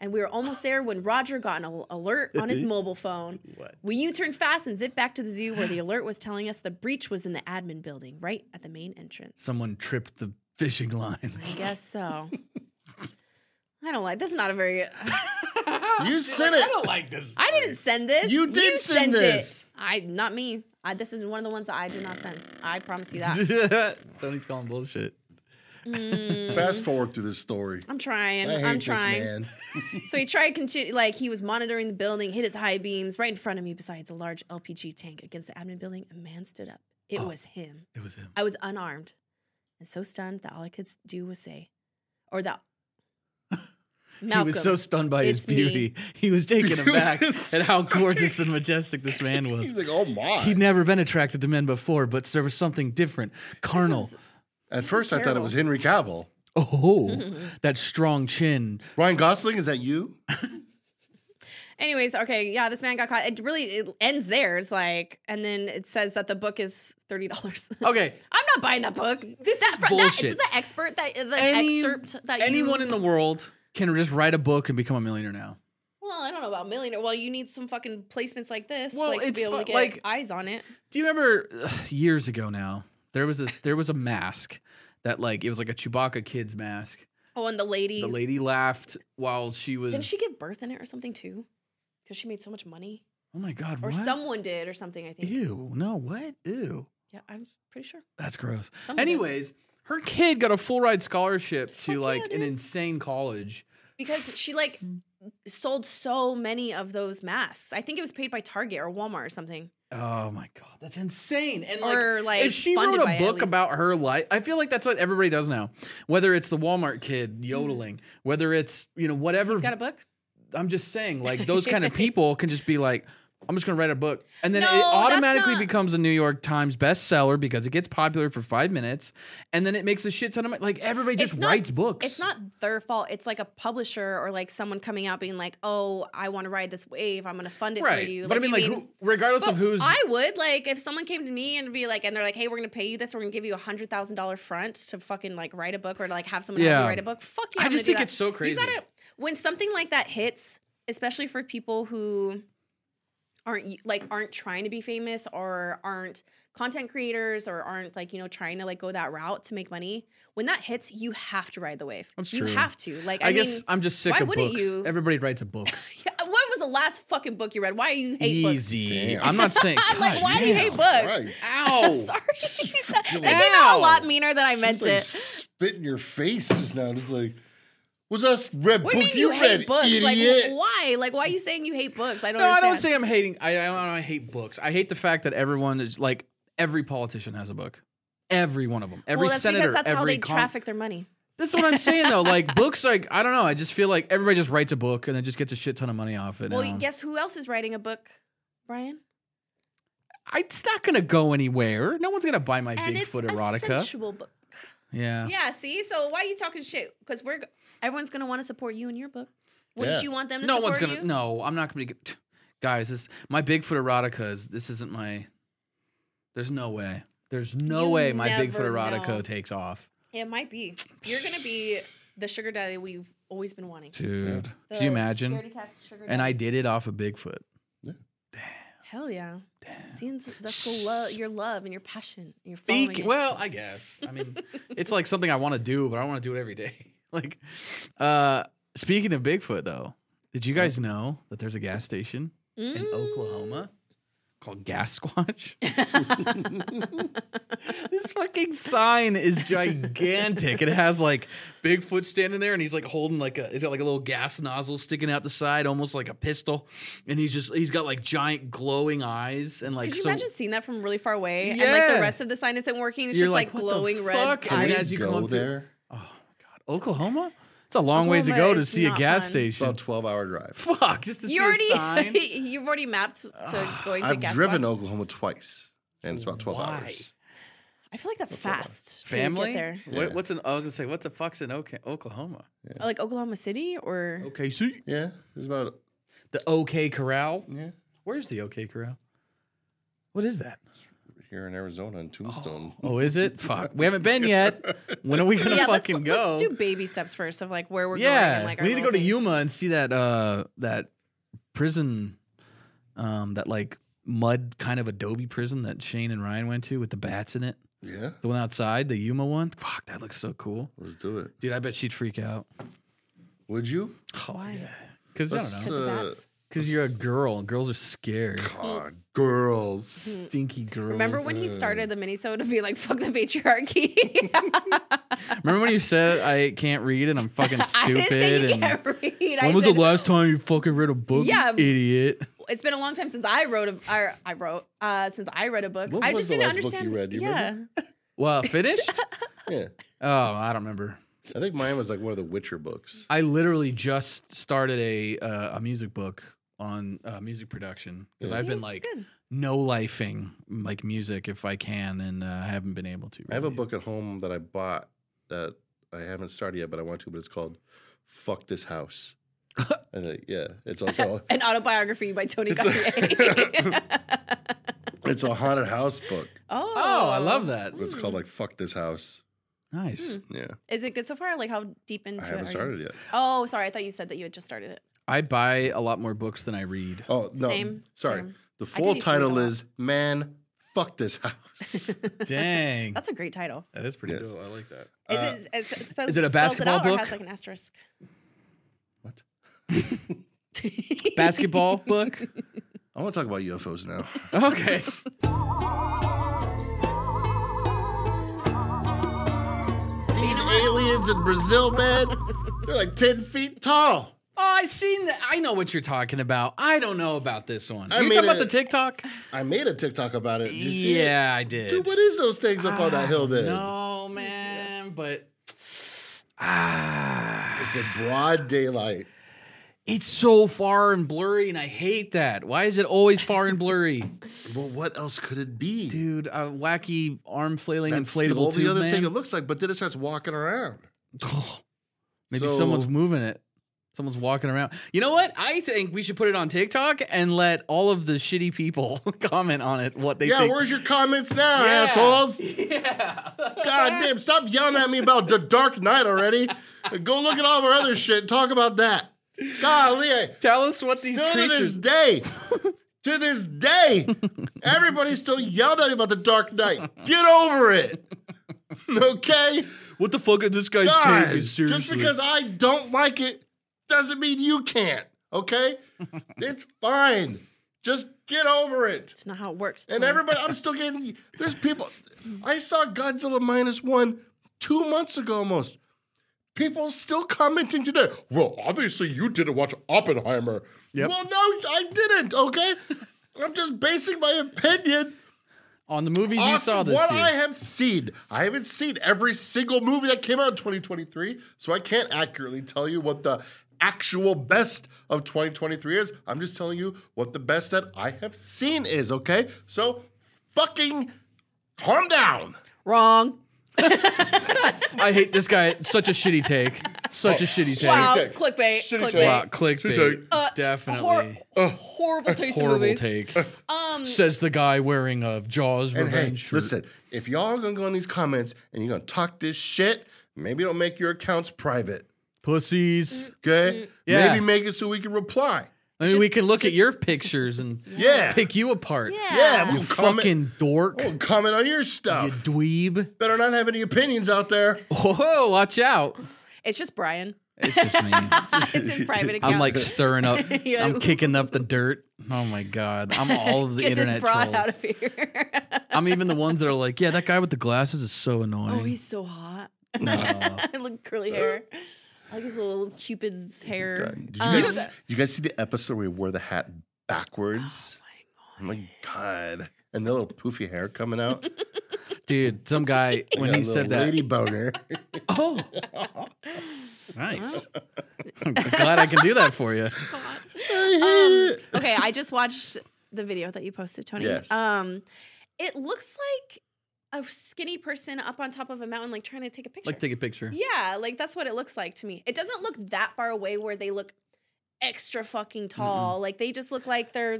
Speaker 3: And we were almost there when Roger got an al- alert on his mobile phone.
Speaker 1: What?
Speaker 3: We U-turned fast and zipped back to the zoo where the alert was telling us the breach was in the admin building, right at the main entrance.
Speaker 1: Someone tripped the fishing line.
Speaker 3: I guess so. I don't like. This is not a very.
Speaker 1: Ah,
Speaker 2: You sent it.
Speaker 1: like this.
Speaker 3: I didn't send this.
Speaker 2: You did send
Speaker 3: sent
Speaker 2: this.
Speaker 3: It. I not me. I, this is one of the ones that I did not send. I promise you that.
Speaker 1: Tony's calling bullshit.
Speaker 2: Fast forward through this story.
Speaker 3: Mm. I'm trying.
Speaker 2: I hate
Speaker 3: I'm trying.
Speaker 2: this man.
Speaker 3: So he tried continue like he was monitoring the building, hit his high beams right in front of me besides a large LPG tank against the admin building. A man stood up. It
Speaker 1: Oh.
Speaker 3: was him.
Speaker 1: It was him.
Speaker 3: I was unarmed and so stunned that all I could s- do was say, or that Malcolm.
Speaker 1: He was so stunned by his
Speaker 3: it's me.
Speaker 1: beauty. He was taken aback
Speaker 2: was
Speaker 1: at how gorgeous and majestic this man was.
Speaker 2: He's like, oh my.
Speaker 1: He'd never been attracted to men before, but there was something different. Carnal.
Speaker 3: was-
Speaker 2: At first, I thought it
Speaker 3: terrible.
Speaker 2: was Henry Cavill.
Speaker 1: oh, that strong chin.
Speaker 2: Ryan Gosling, is that you?
Speaker 3: Anyways, okay, yeah, this man got caught. It really it ends there. It's like, and then it says that the book is thirty dollars.
Speaker 1: Okay.
Speaker 3: I'm not buying that book. This
Speaker 1: Oh. is bullshit.
Speaker 3: That, is the expert that the
Speaker 1: Any-
Speaker 3: excerpt that
Speaker 1: Anyone
Speaker 3: you,
Speaker 1: in the world can just write a book and become a millionaire now.
Speaker 3: Well, I don't know about millionaire. Well, you need some fucking placements like this,
Speaker 1: Well,
Speaker 3: like to
Speaker 1: it's
Speaker 3: be able
Speaker 1: fu-
Speaker 3: to get
Speaker 1: like-
Speaker 3: eyes on it.
Speaker 1: Do you remember ugh, years ago now? There was this there was a mask that like it was like a Chewbacca kid's mask.
Speaker 3: Oh, and the lady,
Speaker 1: The lady laughed while she was
Speaker 3: didn't she give birth in it or something too? Because she made so much money,
Speaker 1: Oh my god,
Speaker 3: or
Speaker 1: what?
Speaker 3: someone did, or something. I think.
Speaker 1: Ew, no, what? Ew.
Speaker 3: Yeah, I'm pretty sure.
Speaker 1: That's gross.
Speaker 3: Someone did.
Speaker 1: Anyways, her kid got a full ride scholarship
Speaker 3: Oh, Fuck yeah,
Speaker 1: to like an
Speaker 3: dude.
Speaker 1: insane college.
Speaker 3: because she like sold so many of those masks. I think it was paid by Target or Walmart or something.
Speaker 1: Oh my god, that's insane! And
Speaker 3: Or, like,
Speaker 1: if she wrote
Speaker 3: funded by it,
Speaker 1: a
Speaker 3: at
Speaker 1: book
Speaker 3: least.
Speaker 1: about her life, I feel like that's what everybody does now. Whether it's the Walmart kid yodeling, whether it's you know whatever.
Speaker 3: Mm-hmm. He's got a book.
Speaker 1: I'm just saying, like those kind of people can just be like, I'm just gonna write a book, and then
Speaker 3: No,
Speaker 1: it
Speaker 3: that's
Speaker 1: automatically
Speaker 3: not-
Speaker 1: becomes a New York Times bestseller because it gets popular for five minutes, and then it makes a shit ton of money. Like everybody just
Speaker 3: It's not-
Speaker 1: writes books.
Speaker 3: It's not their fault. It's like a publisher or like someone coming out being like, "Oh, I want to ride this wave. I'm going to fund it
Speaker 1: right,
Speaker 3: for you."
Speaker 1: but I mean,
Speaker 3: you
Speaker 1: like, who, regardless
Speaker 3: But
Speaker 1: of who's
Speaker 3: I would like if someone came to me and be like, and they're like, "Hey, we're gonna pay you this. We're gonna give you a hundred thousand dollar front to fucking like write a book or like have someone help
Speaker 1: Yeah.
Speaker 3: you write a book." Fuck yeah!
Speaker 1: I
Speaker 3: I'm
Speaker 1: just
Speaker 3: gonna
Speaker 1: think
Speaker 3: do that.
Speaker 1: it's so crazy.
Speaker 3: You gotta when something like that hits, especially for people who aren't y- like aren't trying to be famous or aren't content creators or aren't like you know trying to like go that route to make money. When that hits, you have to ride the wave.
Speaker 1: That's
Speaker 3: you
Speaker 1: true.
Speaker 3: have to. Like I,
Speaker 1: I, guess
Speaker 3: mean,
Speaker 1: I'm just sick
Speaker 3: why
Speaker 1: of
Speaker 3: wouldn't
Speaker 1: books.
Speaker 3: you-
Speaker 1: Everybody writes a book.
Speaker 3: what was the last fucking book you read? Why do you hate books?
Speaker 1: Easy.
Speaker 2: Damn.
Speaker 1: I'm not saying.
Speaker 3: I'm like,
Speaker 1: God,
Speaker 3: why do you
Speaker 1: damn.
Speaker 3: hate books?
Speaker 2: Christ.
Speaker 1: Ow.
Speaker 3: Sorry. that came out a lot meaner than I meant
Speaker 2: Just like
Speaker 3: it.
Speaker 2: spit in your face just now. Just like, was us red
Speaker 3: What do
Speaker 2: book
Speaker 3: you mean you
Speaker 2: read,
Speaker 3: hate books?
Speaker 2: idiot?
Speaker 3: Like why? Like why are you saying you hate books? I don't
Speaker 1: No, I
Speaker 3: understand.
Speaker 1: don't say I'm hating. I, I don't. I hate books. I hate the fact that everyone is like every politician has a book. Every one of them. Every
Speaker 3: well, that's
Speaker 1: senator.
Speaker 3: because that's
Speaker 1: every
Speaker 3: how they
Speaker 1: con-
Speaker 3: traffic their money.
Speaker 1: That's what I'm saying though. Like books. Like I don't know. I just feel like everybody just writes a book and then just gets a shit ton of money off it.
Speaker 3: Well,
Speaker 1: and-
Speaker 3: guess who else is writing a book, Brian?
Speaker 1: I- it's not gonna go anywhere. No one's gonna buy my
Speaker 3: and it's
Speaker 1: Bigfoot
Speaker 3: a
Speaker 1: erotica.
Speaker 3: sensual book.
Speaker 1: yeah.
Speaker 3: Yeah. See, so why are you talking shit? Because we're g- everyone's gonna want to support you in your book. Wouldn't
Speaker 2: Yeah.
Speaker 3: you want them to
Speaker 1: No
Speaker 3: support
Speaker 1: one's gonna.
Speaker 3: you?
Speaker 1: No, I'm not gonna. Get, guys, this my Bigfoot erotica is. This isn't my. There's no way. There's no
Speaker 3: You
Speaker 1: way my Bigfoot
Speaker 3: never
Speaker 1: erotica
Speaker 3: know.
Speaker 1: takes off,
Speaker 3: It might be. You're gonna be the sugar daddy we've always been wanting.
Speaker 1: dude.
Speaker 3: The
Speaker 1: Can you imagine?
Speaker 3: Scaredy Cat sugar
Speaker 1: and I
Speaker 3: daddy.
Speaker 1: did it off of Bigfoot.
Speaker 3: hell yeah. Seeing s- that's the love, your love and your passion, and your following.
Speaker 1: Speak
Speaker 3: it.
Speaker 1: well, I guess. I mean, it's like something I want to do, but I want to do it every day. Like, uh, speaking of Bigfoot, though, did you guys know that there's a gas station in
Speaker 3: Mm.
Speaker 1: Oklahoma called Gas Squatch?
Speaker 3: Mm.
Speaker 1: this fucking sign is gigantic. It has like Bigfoot standing there, and he's like holding like a. He's got like a little gas nozzle sticking out the side, almost like a pistol, and he's just he's got like giant glowing eyes and like
Speaker 3: Could you
Speaker 1: so.
Speaker 3: imagine seeing that from really far away? And like
Speaker 1: Yeah.
Speaker 3: the rest of the sign isn't working. It's
Speaker 1: You're
Speaker 3: just
Speaker 1: like,
Speaker 3: like,
Speaker 1: "What the
Speaker 3: glowing
Speaker 1: fuck?"
Speaker 3: red
Speaker 1: And
Speaker 2: Can
Speaker 1: then
Speaker 2: we
Speaker 1: as
Speaker 3: eyes.
Speaker 1: you come
Speaker 2: go
Speaker 1: up to-
Speaker 2: there,
Speaker 1: Oh my god, Oklahoma! It's a long ways to go
Speaker 3: Oklahoma
Speaker 1: to
Speaker 3: is
Speaker 1: see a
Speaker 3: not
Speaker 1: gas
Speaker 3: fun.
Speaker 2: it's
Speaker 1: station.
Speaker 2: about a twelve-hour drive.
Speaker 1: Fuck, just to
Speaker 3: You
Speaker 1: see a sign. Ah,
Speaker 3: already you've already mapped to going to
Speaker 2: I've
Speaker 3: gas
Speaker 2: driven
Speaker 3: watch.
Speaker 2: Oklahoma twice, and it's about twelve
Speaker 1: Why?
Speaker 2: hours.
Speaker 3: I feel like that's fast. To
Speaker 1: Family?
Speaker 3: get there.
Speaker 1: What,
Speaker 2: Yeah.
Speaker 1: what's in? I was gonna say, what the fuck's in Oka- Oklahoma?
Speaker 3: Uh, Like Oklahoma City or
Speaker 1: Okay, see
Speaker 2: Yeah, it's about
Speaker 1: the OK Corral.
Speaker 2: yeah.
Speaker 1: Where's the OK Corral? What is that?
Speaker 2: Here in Arizona, in Tombstone.
Speaker 1: Oh, is it? Fuck, we haven't been yet. When are we gonna
Speaker 3: yeah, let's,
Speaker 1: fucking go?
Speaker 3: let's do baby steps first of like where we're going.
Speaker 1: yeah,
Speaker 3: And like
Speaker 1: we
Speaker 3: our
Speaker 1: need to go
Speaker 3: little
Speaker 1: to
Speaker 3: things.
Speaker 1: Yuma and see that uh that prison, um that like mud kind of adobe prison that Shane and Ryan went to with the bats in it.
Speaker 2: Yeah,
Speaker 1: The one outside, the Yuma one. Fuck, that looks so cool.
Speaker 2: let's do it.
Speaker 1: Dude, I bet she'd freak out.
Speaker 2: Would you?
Speaker 1: Why? Because I don't
Speaker 2: Let's-
Speaker 1: know.
Speaker 3: Because of
Speaker 2: Uh,
Speaker 3: bats.
Speaker 1: Because you're a girl. and Girls are scared.
Speaker 2: God, girls.
Speaker 1: Stinky girls.
Speaker 3: Mm-hmm. Remember when he started the minisode to be like "fuck the patriarchy"?
Speaker 1: Remember when you said I can't read and I'm fucking
Speaker 3: I
Speaker 1: stupid?
Speaker 3: didn't say you
Speaker 1: and
Speaker 3: can't read. I
Speaker 1: when was the
Speaker 3: said-
Speaker 1: last time you fucking read a book?
Speaker 3: Yeah.
Speaker 1: Yeah, idiot.
Speaker 3: it's been a long time since I wrote a I, I wrote uh since I read a book.
Speaker 2: What
Speaker 3: I
Speaker 2: was
Speaker 3: just
Speaker 2: the
Speaker 3: didn't
Speaker 2: last book you
Speaker 3: understand.
Speaker 2: read? Do you
Speaker 3: yeah.
Speaker 2: remember?
Speaker 1: Well, finished?
Speaker 2: Yeah,
Speaker 1: oh, I don't remember.
Speaker 2: I think mine was like one of the Witcher books.
Speaker 1: I literally just started a uh, a music book on uh, music production because
Speaker 2: Yeah.
Speaker 1: I've
Speaker 3: Yeah,
Speaker 1: been like
Speaker 3: good.
Speaker 1: no lifing like music if I can, and uh, I haven't been able to.
Speaker 2: I have a
Speaker 1: really.
Speaker 2: book at home that I bought that I haven't started yet, but I want to. But it's called "Fuck This House." and uh, yeah, it's all called,
Speaker 3: An autobiography by Tony
Speaker 2: It's
Speaker 3: Gautier.
Speaker 2: it's a haunted house book.
Speaker 3: oh,
Speaker 1: Oh, I love that.
Speaker 2: But it's called like "Fuck This House."
Speaker 1: Nice.
Speaker 3: Hmm.
Speaker 2: Yeah,
Speaker 3: Is it good so far? Like how deep into
Speaker 2: I
Speaker 3: it? are
Speaker 2: haven't
Speaker 3: you?
Speaker 2: started yet.
Speaker 3: Oh, sorry. I thought you said that you had just started it.
Speaker 1: I buy a lot more books than I read.
Speaker 2: Oh no,
Speaker 3: Same,
Speaker 2: sorry.
Speaker 3: same.
Speaker 2: The
Speaker 3: I did
Speaker 2: full
Speaker 3: used to read a
Speaker 2: title
Speaker 3: lot.
Speaker 2: is "Man, Fuck This House."
Speaker 1: Dang.
Speaker 3: That's a great title.
Speaker 1: that is pretty
Speaker 2: Yes.
Speaker 1: dope. I like that.
Speaker 3: Is
Speaker 2: Uh,
Speaker 3: it, is, spells,
Speaker 1: is it a
Speaker 3: spells
Speaker 1: basketball
Speaker 3: it out Or
Speaker 1: book?
Speaker 3: has like an asterisk.
Speaker 2: What?
Speaker 1: Basketball book?
Speaker 2: I want to talk about UFOs now.
Speaker 1: Okay. Oh,
Speaker 2: These aliens in Brazil, man, they're like ten feet tall.
Speaker 1: Oh, I seen that. I know what you're talking about. I don't know about this one.
Speaker 2: I
Speaker 1: you
Speaker 2: mean,
Speaker 1: talking about
Speaker 2: uh,
Speaker 1: the TikTok?
Speaker 2: I made a TikTok about it. Did you see it?
Speaker 1: Yeah, I
Speaker 2: Dude,
Speaker 1: did.
Speaker 2: what is those things up on that hill there?
Speaker 1: No,
Speaker 3: me see
Speaker 1: man. But ah,
Speaker 2: It's a broad daylight.
Speaker 1: it's so far and blurry, and I hate that. Why is it always far and blurry,
Speaker 2: Well, what else could it be?
Speaker 1: dude? A wacky arm flailing
Speaker 2: That's the-
Speaker 1: inflatable
Speaker 2: all
Speaker 1: tube
Speaker 2: the other
Speaker 1: man.
Speaker 2: thing it looks like, but then it starts walking around.
Speaker 1: Oh, Maybe
Speaker 2: So-
Speaker 1: someone's moving it. Someone's walking around. You know what? I think we should put it on TikTok and let all of the shitty people comment on it. What they
Speaker 2: yeah,
Speaker 1: think.
Speaker 2: where's your comments now,
Speaker 1: Yeah.
Speaker 2: assholes?
Speaker 1: Yeah.
Speaker 2: God damn, stop yelling at me about the Dark Knight already. Go look at all of our other shit and talk about that. Golly, I-
Speaker 1: Tell us what these
Speaker 2: still to this
Speaker 1: creatures.
Speaker 2: day, to this day, everybody's still yelling at me about the Dark Knight. Get over it. Okay?
Speaker 1: What the fuck is this guy's
Speaker 2: God,
Speaker 1: taking? Seriously.
Speaker 2: just because I don't like it doesn't mean you can't, okay? it's fine. Just get over it.
Speaker 3: It's not how it works.
Speaker 2: And
Speaker 3: Tori.
Speaker 2: everybody, I'm still getting. There's people. I saw Godzilla minus one two months ago almost. People still commenting today. Well, obviously you didn't watch Oppenheimer.
Speaker 1: Yep.
Speaker 2: Well, no, I didn't. Okay, I'm just basing my opinion
Speaker 1: on the movies you
Speaker 2: off
Speaker 1: saw
Speaker 2: of
Speaker 1: this
Speaker 2: what
Speaker 1: year.
Speaker 2: I have seen. I haven't seen every single movie that came out in 2023, so I can't accurately tell you what the actual best of 2023 is. I'm just telling you what the best that I have seen is, okay? So fucking calm down.
Speaker 3: Wrong.
Speaker 1: I hate this guy. Such a shitty take. Such a shitty take.
Speaker 3: Wow.
Speaker 2: take.
Speaker 3: Clickbait.
Speaker 2: Shitty
Speaker 3: clickbait.
Speaker 2: take.
Speaker 1: Wow, clickbait.
Speaker 2: Shitty
Speaker 3: Uh,
Speaker 1: Definitely.
Speaker 3: hor- horrible taste in
Speaker 1: Horrible
Speaker 3: movies.
Speaker 1: take.
Speaker 3: Um,
Speaker 1: Says the guy wearing a Jaws
Speaker 2: And hey,
Speaker 1: revenge shirt.
Speaker 2: listen, if y'all gonna go in these comments and you're gonna talk this shit, maybe don't make your accounts private.
Speaker 1: Pussies.
Speaker 2: Okay?
Speaker 1: Mm. Yeah.
Speaker 2: Maybe make it so we can reply.
Speaker 1: I mean, we can look at your pictures and
Speaker 2: Yeah.
Speaker 1: pick you apart.
Speaker 3: yeah.
Speaker 2: Yeah,
Speaker 1: You
Speaker 2: we'll comment-
Speaker 1: fucking dork.
Speaker 2: we'll comment on your
Speaker 1: You
Speaker 2: stuff.
Speaker 1: dweeb.
Speaker 2: Better not have any opinions out there.
Speaker 1: Whoa, watch out.
Speaker 3: It's just Brian.
Speaker 1: It's just me.
Speaker 3: it's his private account.
Speaker 1: I'm like stirring up.
Speaker 3: You're
Speaker 1: I'm
Speaker 3: like,
Speaker 1: kicking up the dirt. Oh my god. I'm all of the
Speaker 3: get this
Speaker 1: internet
Speaker 3: broad
Speaker 1: trolls.
Speaker 3: out of here.
Speaker 1: I'm even the ones that are like, yeah, that guy with the glasses is so annoying.
Speaker 3: oh, he's so hot. I look curly hair. I like his little Cupid's hair.
Speaker 2: God, Did you,
Speaker 3: Um,
Speaker 2: guys, did you guys see the episode where he wore the hat backwards? Oh my god. And the little poofy hair coming out.
Speaker 1: Dude, some guy when
Speaker 2: Got a
Speaker 1: he
Speaker 2: little
Speaker 1: said that.
Speaker 2: lady boner.
Speaker 1: Oh. Nice. I'm glad I can do that for you.
Speaker 3: hot.
Speaker 2: I
Speaker 3: Oh Um,
Speaker 2: hate it.
Speaker 3: okay, I just watched the video that you posted, Tony.
Speaker 2: Yes.
Speaker 3: Um, it looks like a skinny person up on top of a mountain, like trying to take a picture.
Speaker 1: Like take a picture.
Speaker 3: Yeah, like that's what it looks like to me. It doesn't look that far away where they look extra fucking tall. Like they just look like they're.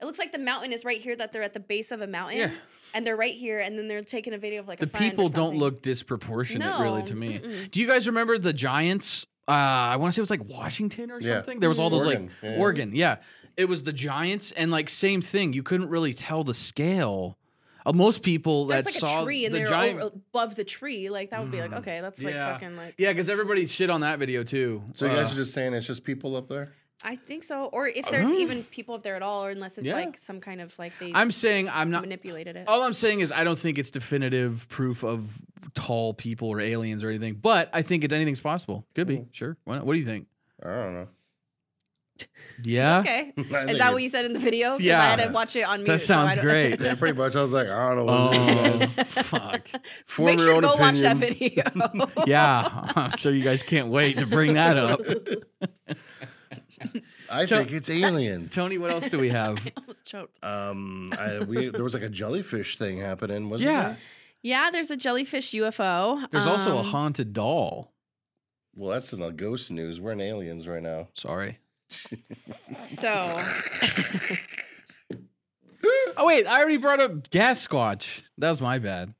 Speaker 3: It looks like the mountain is right here. That they're at the base of a mountain,
Speaker 1: Yeah.
Speaker 3: and they're right here, and then they're taking a video of like
Speaker 1: the
Speaker 3: a friend or
Speaker 1: people don't
Speaker 3: something.
Speaker 1: look disproportionate really
Speaker 3: No,
Speaker 1: to me.
Speaker 3: mm-mm.
Speaker 1: Do you guys remember the Giants? Uh, I want to say it was like Washington or
Speaker 2: Yeah.
Speaker 1: something. There was all those
Speaker 2: Oregon,
Speaker 1: like
Speaker 2: yeah.
Speaker 1: Oregon, yeah. It was the Giants and like same thing. You couldn't really tell the scale. Uh, most people
Speaker 3: There's
Speaker 1: that
Speaker 3: like
Speaker 1: saw
Speaker 3: a tree, and
Speaker 1: the
Speaker 3: they're
Speaker 1: Giant, Mm.
Speaker 3: over, above the tree. Like that would be like okay, that's like
Speaker 1: yeah.
Speaker 3: fucking like.
Speaker 1: yeah, because everybody shit on that video too.
Speaker 2: So you guys
Speaker 1: Uh,
Speaker 2: are just saying it's just people up there?
Speaker 3: I think so. Or if there's
Speaker 1: Oh.
Speaker 3: even people up there at all, or unless it's
Speaker 1: Yeah.
Speaker 3: like some kind of like they
Speaker 1: I'm saying I'm not. Oh.
Speaker 3: manipulated it.
Speaker 1: All I'm saying is I don't think it's definitive proof of tall people or aliens or anything, but I think it's anything's possible. Could be,
Speaker 2: Mm.
Speaker 1: sure. Why not? What do you think?
Speaker 2: I don't know.
Speaker 1: Yeah,
Speaker 3: Okay.
Speaker 2: I
Speaker 3: Is
Speaker 2: think
Speaker 3: that what
Speaker 2: it-
Speaker 3: you said in the video? 'Cause
Speaker 1: Yeah.
Speaker 3: I had to watch it on mute.
Speaker 1: that
Speaker 3: so I
Speaker 1: sounds
Speaker 3: don't-
Speaker 1: great.
Speaker 2: Yeah, pretty much. I was like, I don't know what
Speaker 1: oh,
Speaker 2: this is.
Speaker 1: fuck.
Speaker 2: Form
Speaker 3: Make
Speaker 2: your
Speaker 3: sure to
Speaker 2: own
Speaker 3: go watch that
Speaker 2: opinion.
Speaker 3: video.
Speaker 1: Yeah, I'm sure you guys can't wait to bring that up.
Speaker 2: I think it's aliens.
Speaker 1: Tony, what else do we have?
Speaker 3: I almost choked.
Speaker 2: Um, I, we, there was like a jellyfish thing happening, wasn't
Speaker 1: Yeah.
Speaker 2: there?
Speaker 3: Yeah, there's a jellyfish UFO.
Speaker 1: There's also a
Speaker 3: Um,
Speaker 1: haunted doll.
Speaker 2: Well, that's in the ghost news. We're in aliens right now.
Speaker 1: Sorry.
Speaker 3: So
Speaker 1: Oh wait, I already brought up Gas Squatch. That was my bad.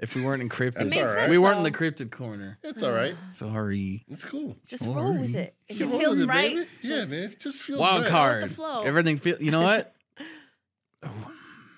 Speaker 1: If we weren't encrypted,
Speaker 2: That's It made all right.
Speaker 1: we
Speaker 3: sense,
Speaker 1: weren't in the
Speaker 3: though.
Speaker 1: crypted corner.
Speaker 2: It's all right.
Speaker 1: Sorry.
Speaker 2: It's cool.
Speaker 3: just roll with
Speaker 1: Sorry.
Speaker 3: it. If
Speaker 2: You
Speaker 3: it
Speaker 2: roll
Speaker 3: feels
Speaker 2: with it,
Speaker 3: right.
Speaker 2: baby.
Speaker 3: just-
Speaker 2: yeah, man. It just feels
Speaker 1: Wild
Speaker 2: right.
Speaker 1: card.
Speaker 3: flow.
Speaker 1: Everything feel. You know what?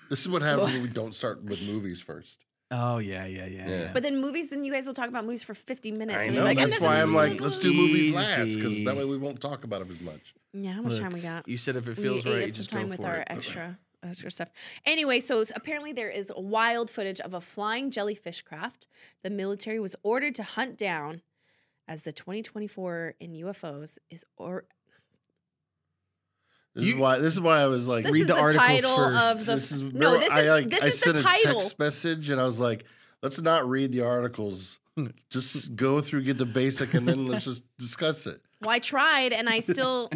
Speaker 2: This is what happens when we don't start with movies first.
Speaker 1: Oh yeah, yeah, yeah.
Speaker 2: Yeah.
Speaker 1: yeah.
Speaker 3: But then movies, then you guys will talk about movies for 50 minutes.
Speaker 2: I
Speaker 3: and
Speaker 2: know.
Speaker 3: you're like, and
Speaker 2: that's
Speaker 3: this
Speaker 2: why
Speaker 3: is-
Speaker 2: I'm like, let's do movies last because
Speaker 1: Easy.
Speaker 2: that way we won't talk about it as much.
Speaker 3: Yeah, how much
Speaker 1: Look,
Speaker 3: time we got?
Speaker 1: you said if it feels
Speaker 3: we ate
Speaker 1: right,
Speaker 3: up
Speaker 1: you
Speaker 3: some
Speaker 1: just go
Speaker 3: time with
Speaker 1: for
Speaker 3: our
Speaker 1: it.
Speaker 3: extra extra stuff. Anyway, so s- apparently there is wild footage of a flying jellyfish craft the military was ordered to hunt down, as the 2024 in UFOs is or
Speaker 2: This is
Speaker 1: You-
Speaker 2: why. This is why I was like,
Speaker 3: this
Speaker 1: read
Speaker 3: is
Speaker 1: the
Speaker 3: the,
Speaker 1: article
Speaker 3: title
Speaker 1: first.
Speaker 3: of the
Speaker 2: this is
Speaker 3: no this is
Speaker 2: I, like,
Speaker 3: this
Speaker 2: I
Speaker 3: is
Speaker 2: sent
Speaker 3: the
Speaker 2: a
Speaker 3: title.
Speaker 2: text message and I was like, let's not read the articles. Just go through, get the basic, and then let's just discuss it.
Speaker 3: Well, I tried, and I still.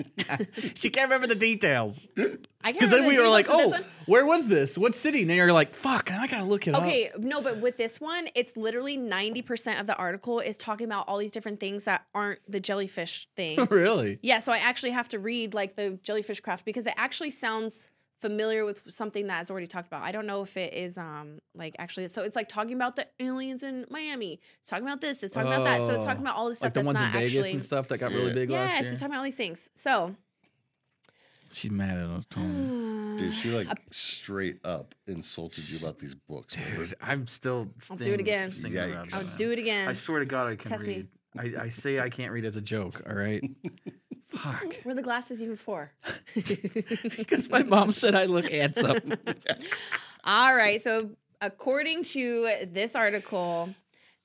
Speaker 1: she can't remember the details.
Speaker 3: I can't.
Speaker 1: Because then
Speaker 3: remember
Speaker 1: we
Speaker 3: the
Speaker 1: were like,
Speaker 3: details
Speaker 1: oh,
Speaker 3: of this one.
Speaker 1: where was this? What city? And you're like, fuck, now I gotta look it up.
Speaker 3: Okay, no, but with this one, it's literally 90% of the article is talking about all these different things that aren't the jellyfish thing.
Speaker 1: really?
Speaker 3: yeah, so I actually have to read like the jellyfish craft because it actually sounds familiar with something that is already talked about. I don't know if it is um like actually so it's like talking about the aliens in Miami. It's talking about this, it's talking about that. So it's
Speaker 1: Oh,
Speaker 3: talking about all this stuff
Speaker 1: Like the
Speaker 3: that's
Speaker 1: ones in
Speaker 3: not
Speaker 1: Vegas
Speaker 3: actually
Speaker 1: and stuff that got
Speaker 2: Yeah.
Speaker 1: really big last
Speaker 3: Yes,
Speaker 1: year.
Speaker 3: it's talking about all these things. So
Speaker 1: She's mad at us, Tony.
Speaker 2: Dude, she like straight up insulted you about these books. man.
Speaker 1: Dude, I'm still.
Speaker 3: I'll do it
Speaker 1: stinging
Speaker 3: again.
Speaker 1: just thinking about
Speaker 2: Yikes.
Speaker 1: it,
Speaker 3: I'll
Speaker 1: man.
Speaker 3: do it again.
Speaker 1: I swear to God, I can
Speaker 3: Test me.
Speaker 1: read. I, I say I can't read as a joke. All right. Fuck.
Speaker 3: Where are the glasses even for?
Speaker 1: Because my mom said I look handsome.
Speaker 3: All right. So, according to this article,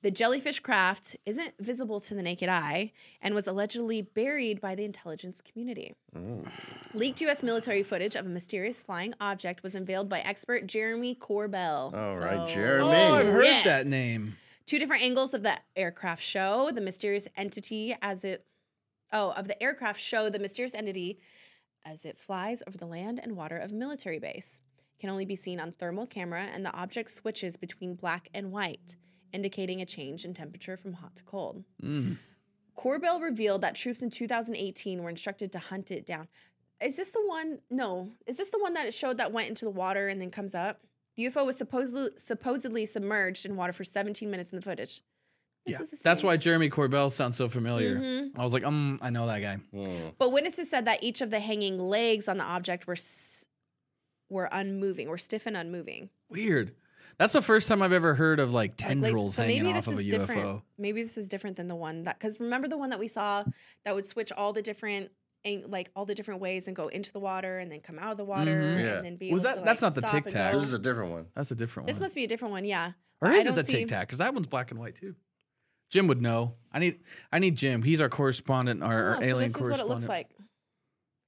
Speaker 3: the jellyfish craft isn't visible to the naked eye and was allegedly buried by the intelligence community.
Speaker 2: Mm.
Speaker 3: Leaked U.S. military footage of a mysterious flying object was unveiled by expert Jeremy Corbell.
Speaker 2: All right,
Speaker 3: So-
Speaker 2: Jeremy.
Speaker 1: oh, I've heard
Speaker 3: Yeah.
Speaker 1: that name.
Speaker 3: Two different angles of the aircraft show the mysterious entity as it, oh, of the aircraft show the mysterious entity as it flies over the land and water of a military base. Can only be seen on thermal camera, and the object switches between black and white, indicating a change in temperature from hot to cold.
Speaker 1: Mm.
Speaker 3: Corbell revealed that troops in 2018 were instructed to hunt it down. Is this the one? No. Is this the one that it showed that went into the water and then comes up? The UFO was supposedly supposedly submerged in water for 17 minutes in the footage.
Speaker 1: Yeah. That's why Jeremy Corbell sounds so familiar.
Speaker 3: hmm
Speaker 1: I was like, um, I know that guy.
Speaker 2: Mm.
Speaker 3: But witnesses said that each of the hanging legs on the object were s- were unmoving, were stiff and unmoving.
Speaker 1: Weird. That's the first time I've ever heard of like
Speaker 3: Like legs-
Speaker 1: tendrils
Speaker 3: so
Speaker 1: hanging
Speaker 3: maybe
Speaker 1: off
Speaker 3: this
Speaker 1: of a
Speaker 3: is
Speaker 1: UFO.
Speaker 3: different. Maybe this is different than the one that because remember the one that we saw that would switch all the different ang- like all the different ways and go into the water and then come out of the water
Speaker 1: Mhm.
Speaker 2: Yeah.
Speaker 3: and then be
Speaker 1: Was
Speaker 3: able
Speaker 1: that-
Speaker 3: to,
Speaker 1: that's
Speaker 3: like,
Speaker 1: not the
Speaker 3: stop and
Speaker 1: Tic Tac.
Speaker 3: go.
Speaker 2: This is a different one.
Speaker 1: That's a different
Speaker 3: This
Speaker 1: one.
Speaker 3: must be a different one, yeah.
Speaker 1: or
Speaker 3: I
Speaker 1: is it
Speaker 3: don't
Speaker 1: the
Speaker 3: see-
Speaker 1: Tic Tac? Because that one's black and white too. Jim would know. I need I need Jim. He's our correspondent, our, our
Speaker 3: Oh, so
Speaker 1: alien
Speaker 3: this is what it
Speaker 1: correspondent.
Speaker 3: looks like.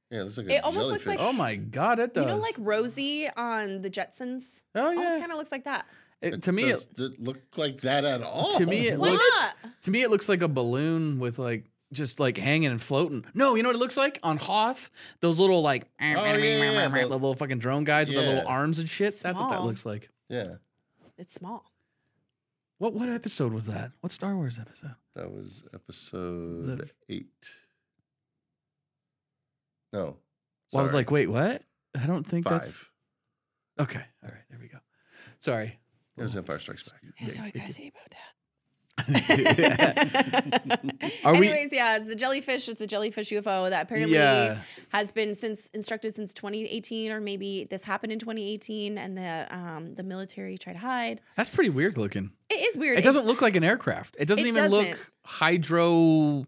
Speaker 2: Yeah, it looks like
Speaker 3: It
Speaker 2: a
Speaker 3: almost looks
Speaker 2: jellyfish.
Speaker 1: Oh my god, it does.
Speaker 3: You know, like Rosie on the Jetsons.
Speaker 1: oh
Speaker 3: Almost
Speaker 1: yeah.
Speaker 3: kind of looks like that.
Speaker 1: It- to me,
Speaker 2: does
Speaker 1: it,
Speaker 2: it look like that at all.
Speaker 1: To me, it
Speaker 3: Why
Speaker 1: looks-
Speaker 3: not?
Speaker 1: to me, it looks like a balloon with like just like hanging and floating. No, you know what it looks like on Hoth? Those little like
Speaker 3: Oh,
Speaker 2: yeah, yeah,
Speaker 1: the
Speaker 2: the-
Speaker 1: little fucking drone guys with their little
Speaker 2: Yeah.
Speaker 1: arms and shit. That's what that
Speaker 3: Small.
Speaker 1: looks like.
Speaker 2: Yeah,
Speaker 3: It's small.
Speaker 1: What what episode was that? What Star Wars episode?
Speaker 2: that was episode eight. No,
Speaker 1: Well, I was
Speaker 2: sorry,
Speaker 1: like, wait, what? I don't think that's
Speaker 2: five.
Speaker 1: okay. All right, there we go. Sorry.
Speaker 2: It was Empire Strikes Back.
Speaker 3: That's all I gotta
Speaker 1: Yeah.
Speaker 3: say about that.
Speaker 1: Are we-
Speaker 3: Anyways, yeah, it's a jellyfish. It's a jellyfish UFO that apparently
Speaker 1: Yeah.
Speaker 3: has been since instructed since 2018, or maybe this happened in 2018, and the um, the military tried to hide.
Speaker 1: That's pretty weird looking.
Speaker 3: It is weird.
Speaker 1: It doesn't look like an aircraft. It doesn't
Speaker 3: It
Speaker 1: even look
Speaker 3: doesn't.
Speaker 1: hydro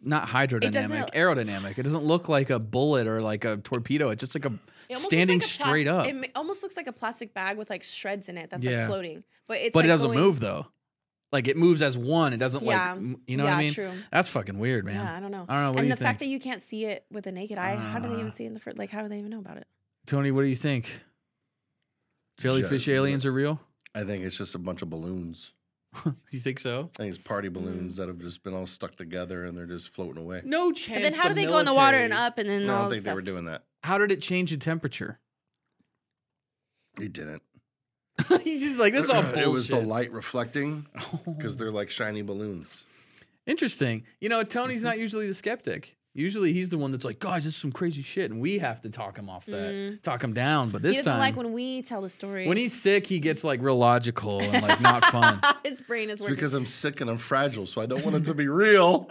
Speaker 1: not
Speaker 3: It doesn't-
Speaker 1: hydrodynamic, aerodynamic. It doesn't look like a bullet or like a torpedo. It's just like a
Speaker 3: It almost looks
Speaker 1: standing
Speaker 3: like a plas-
Speaker 1: straight up.
Speaker 3: It ma- almost looks like a plastic bag with like shreds in it that's
Speaker 1: Yeah.
Speaker 3: like floating, but it's
Speaker 1: but
Speaker 3: like,
Speaker 1: it doesn't
Speaker 3: going-
Speaker 1: move though. Like it moves as one. It doesn't
Speaker 3: Yeah.
Speaker 1: like m- you know
Speaker 3: yeah,
Speaker 1: what I mean?
Speaker 3: True.
Speaker 1: That's fucking weird, man.
Speaker 3: Yeah, I don't know.
Speaker 1: I don't know. What
Speaker 3: and
Speaker 1: do
Speaker 3: the
Speaker 1: you think,
Speaker 3: fact that you can't see it with a naked eye, how do they
Speaker 1: Uh.
Speaker 3: even see it in the first? Like, how do they even know about it?
Speaker 1: Tony? What do you think? Jellyfish
Speaker 2: Jell-
Speaker 1: aliens are real?
Speaker 2: I think it's just a bunch of balloons.
Speaker 1: You think so?
Speaker 2: I think it's party balloons that have just been all stuck together and they're just floating away.
Speaker 1: No chance.
Speaker 3: And then how do they go in the water and up and then
Speaker 2: No, I
Speaker 3: all
Speaker 2: don't
Speaker 3: the
Speaker 2: think they
Speaker 3: stuff?
Speaker 2: were doing that.
Speaker 1: How did it change the temperature?
Speaker 2: They didn't.
Speaker 1: He's just like this is all bullshit. Oh.
Speaker 2: It was the light reflecting because they're like shiny balloons.
Speaker 1: Interesting. You know, Tony's
Speaker 2: Mm-hmm.
Speaker 1: not usually the skeptic. Usually he's the one that's like, guys, this is some crazy shit, and we have to talk him off that, talk him down. But
Speaker 3: he
Speaker 1: this
Speaker 3: doesn't
Speaker 1: time,
Speaker 3: Mm. like
Speaker 1: when,
Speaker 3: when we tell the stories.
Speaker 1: he's sick, he gets like real logical and like not fun.
Speaker 3: his brain is
Speaker 2: It's
Speaker 3: working.
Speaker 2: because I'm sick and I'm fragile, so I don't want it to be real.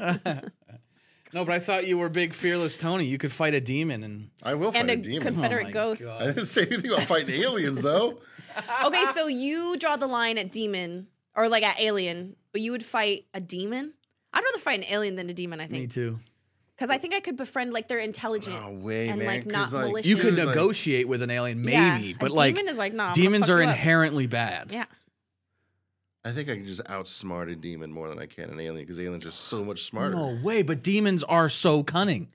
Speaker 1: No, but I thought you were big, fearless Tony. You could fight a demon and
Speaker 2: I will fight
Speaker 3: and
Speaker 2: a,
Speaker 3: a
Speaker 2: demon.
Speaker 1: Oh my
Speaker 3: Confederate ghost.
Speaker 1: God.
Speaker 2: I didn't say anything about fighting aliens, though.
Speaker 3: Okay, so you draw the line at demon or like at alien, but you would fight a demon. I'd rather fight an alien than a demon. I
Speaker 1: me
Speaker 3: think
Speaker 1: too. Oh,
Speaker 3: because I think I could befriend like they're intelligent.
Speaker 2: No way,
Speaker 3: And,
Speaker 2: man.
Speaker 3: like,
Speaker 2: 'cause,
Speaker 3: not
Speaker 2: like,
Speaker 1: You
Speaker 3: malicious.
Speaker 1: could
Speaker 2: like-
Speaker 1: negotiate with an alien, maybe,
Speaker 3: Yeah,
Speaker 1: but
Speaker 3: a
Speaker 1: like
Speaker 3: demon is like nah, I'm gonna
Speaker 1: demons
Speaker 3: fuck
Speaker 1: are
Speaker 3: you up.
Speaker 1: inherently bad.
Speaker 3: Yeah,
Speaker 2: I think I can just outsmart a demon more than I can an alien because aliens are so much smarter.
Speaker 1: No way, but demons are so cunning.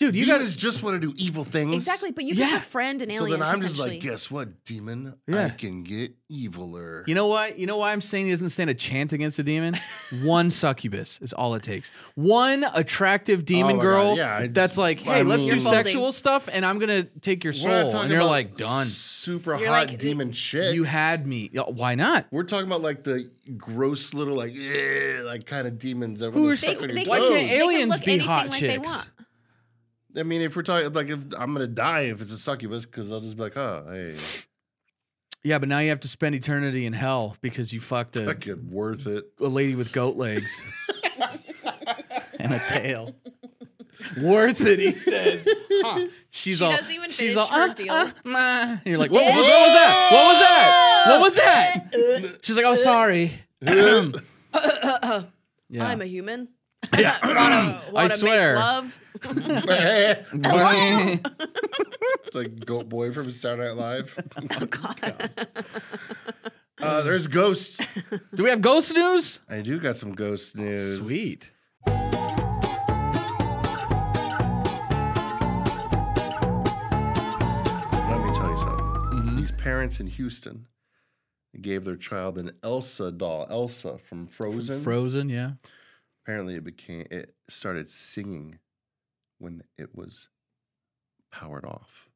Speaker 1: Dude, you got
Speaker 2: Demons just want to do evil things.
Speaker 3: Exactly, but you can
Speaker 1: Yeah.
Speaker 3: befriend an
Speaker 2: So
Speaker 3: alien.
Speaker 2: then I'm just
Speaker 3: potentially.
Speaker 2: like, guess what, demon? I
Speaker 1: Yeah.
Speaker 2: can get eviler.
Speaker 1: You know why? You know why I'm saying he doesn't stand a chance against a demon? One succubus is all it takes. One attractive
Speaker 2: Oh my
Speaker 1: demon
Speaker 2: God,
Speaker 1: girl
Speaker 2: yeah, I-
Speaker 1: that's like, hey,
Speaker 2: I
Speaker 1: let's
Speaker 2: mean-
Speaker 1: do
Speaker 2: You're folding.
Speaker 1: sexual stuff, and I'm gonna take your soul.
Speaker 2: We're not talking
Speaker 1: And you're
Speaker 2: about
Speaker 1: like, done.
Speaker 2: Super
Speaker 3: You're
Speaker 2: hot
Speaker 3: like,
Speaker 2: demon chicks.
Speaker 1: You had me. Yeah, Why not?
Speaker 2: We're talking about like the gross little like eh, like kind of demons that
Speaker 1: Who
Speaker 2: want
Speaker 1: are
Speaker 2: to suck on
Speaker 3: They
Speaker 2: your
Speaker 1: Why
Speaker 3: can-
Speaker 2: toes.
Speaker 3: they
Speaker 1: can't
Speaker 3: can
Speaker 1: aliens
Speaker 3: look
Speaker 1: be
Speaker 3: anything
Speaker 1: hot
Speaker 3: like they
Speaker 1: chicks?
Speaker 3: want.
Speaker 2: I mean, if we're talking like if I'm gonna die if it's a succubus because I'll just be like, oh, hey,
Speaker 1: Yeah, but now you have to spend eternity in hell because you fucked a,
Speaker 2: fucking worth it.
Speaker 1: a lady with goat legs and a tail. Worth it, he says. Huh. She's
Speaker 3: She
Speaker 1: all.
Speaker 3: doesn't even
Speaker 1: she's
Speaker 3: finish
Speaker 1: all.
Speaker 3: her
Speaker 1: "Uh,
Speaker 3: deal."
Speaker 1: uh, meh." And you're like, what, what was that? What was that? What was that? She's like, oh, sorry. yeah.
Speaker 3: I'm a human.
Speaker 1: yeah.
Speaker 3: Wanna
Speaker 1: I
Speaker 3: make
Speaker 1: swear.
Speaker 3: love?
Speaker 2: it's
Speaker 1: Why-
Speaker 2: like Goat Boy from Saturday Night Live. oh God. Uh, there's ghosts.
Speaker 1: Do we have ghost news?
Speaker 2: I do got some ghost news.
Speaker 1: Sweet.
Speaker 2: Let me tell you something. These parents in Houston gave their child an Elsa doll, Elsa from Frozen.
Speaker 1: Frozen, yeah.
Speaker 2: Apparently, it became it started singing when it was powered off.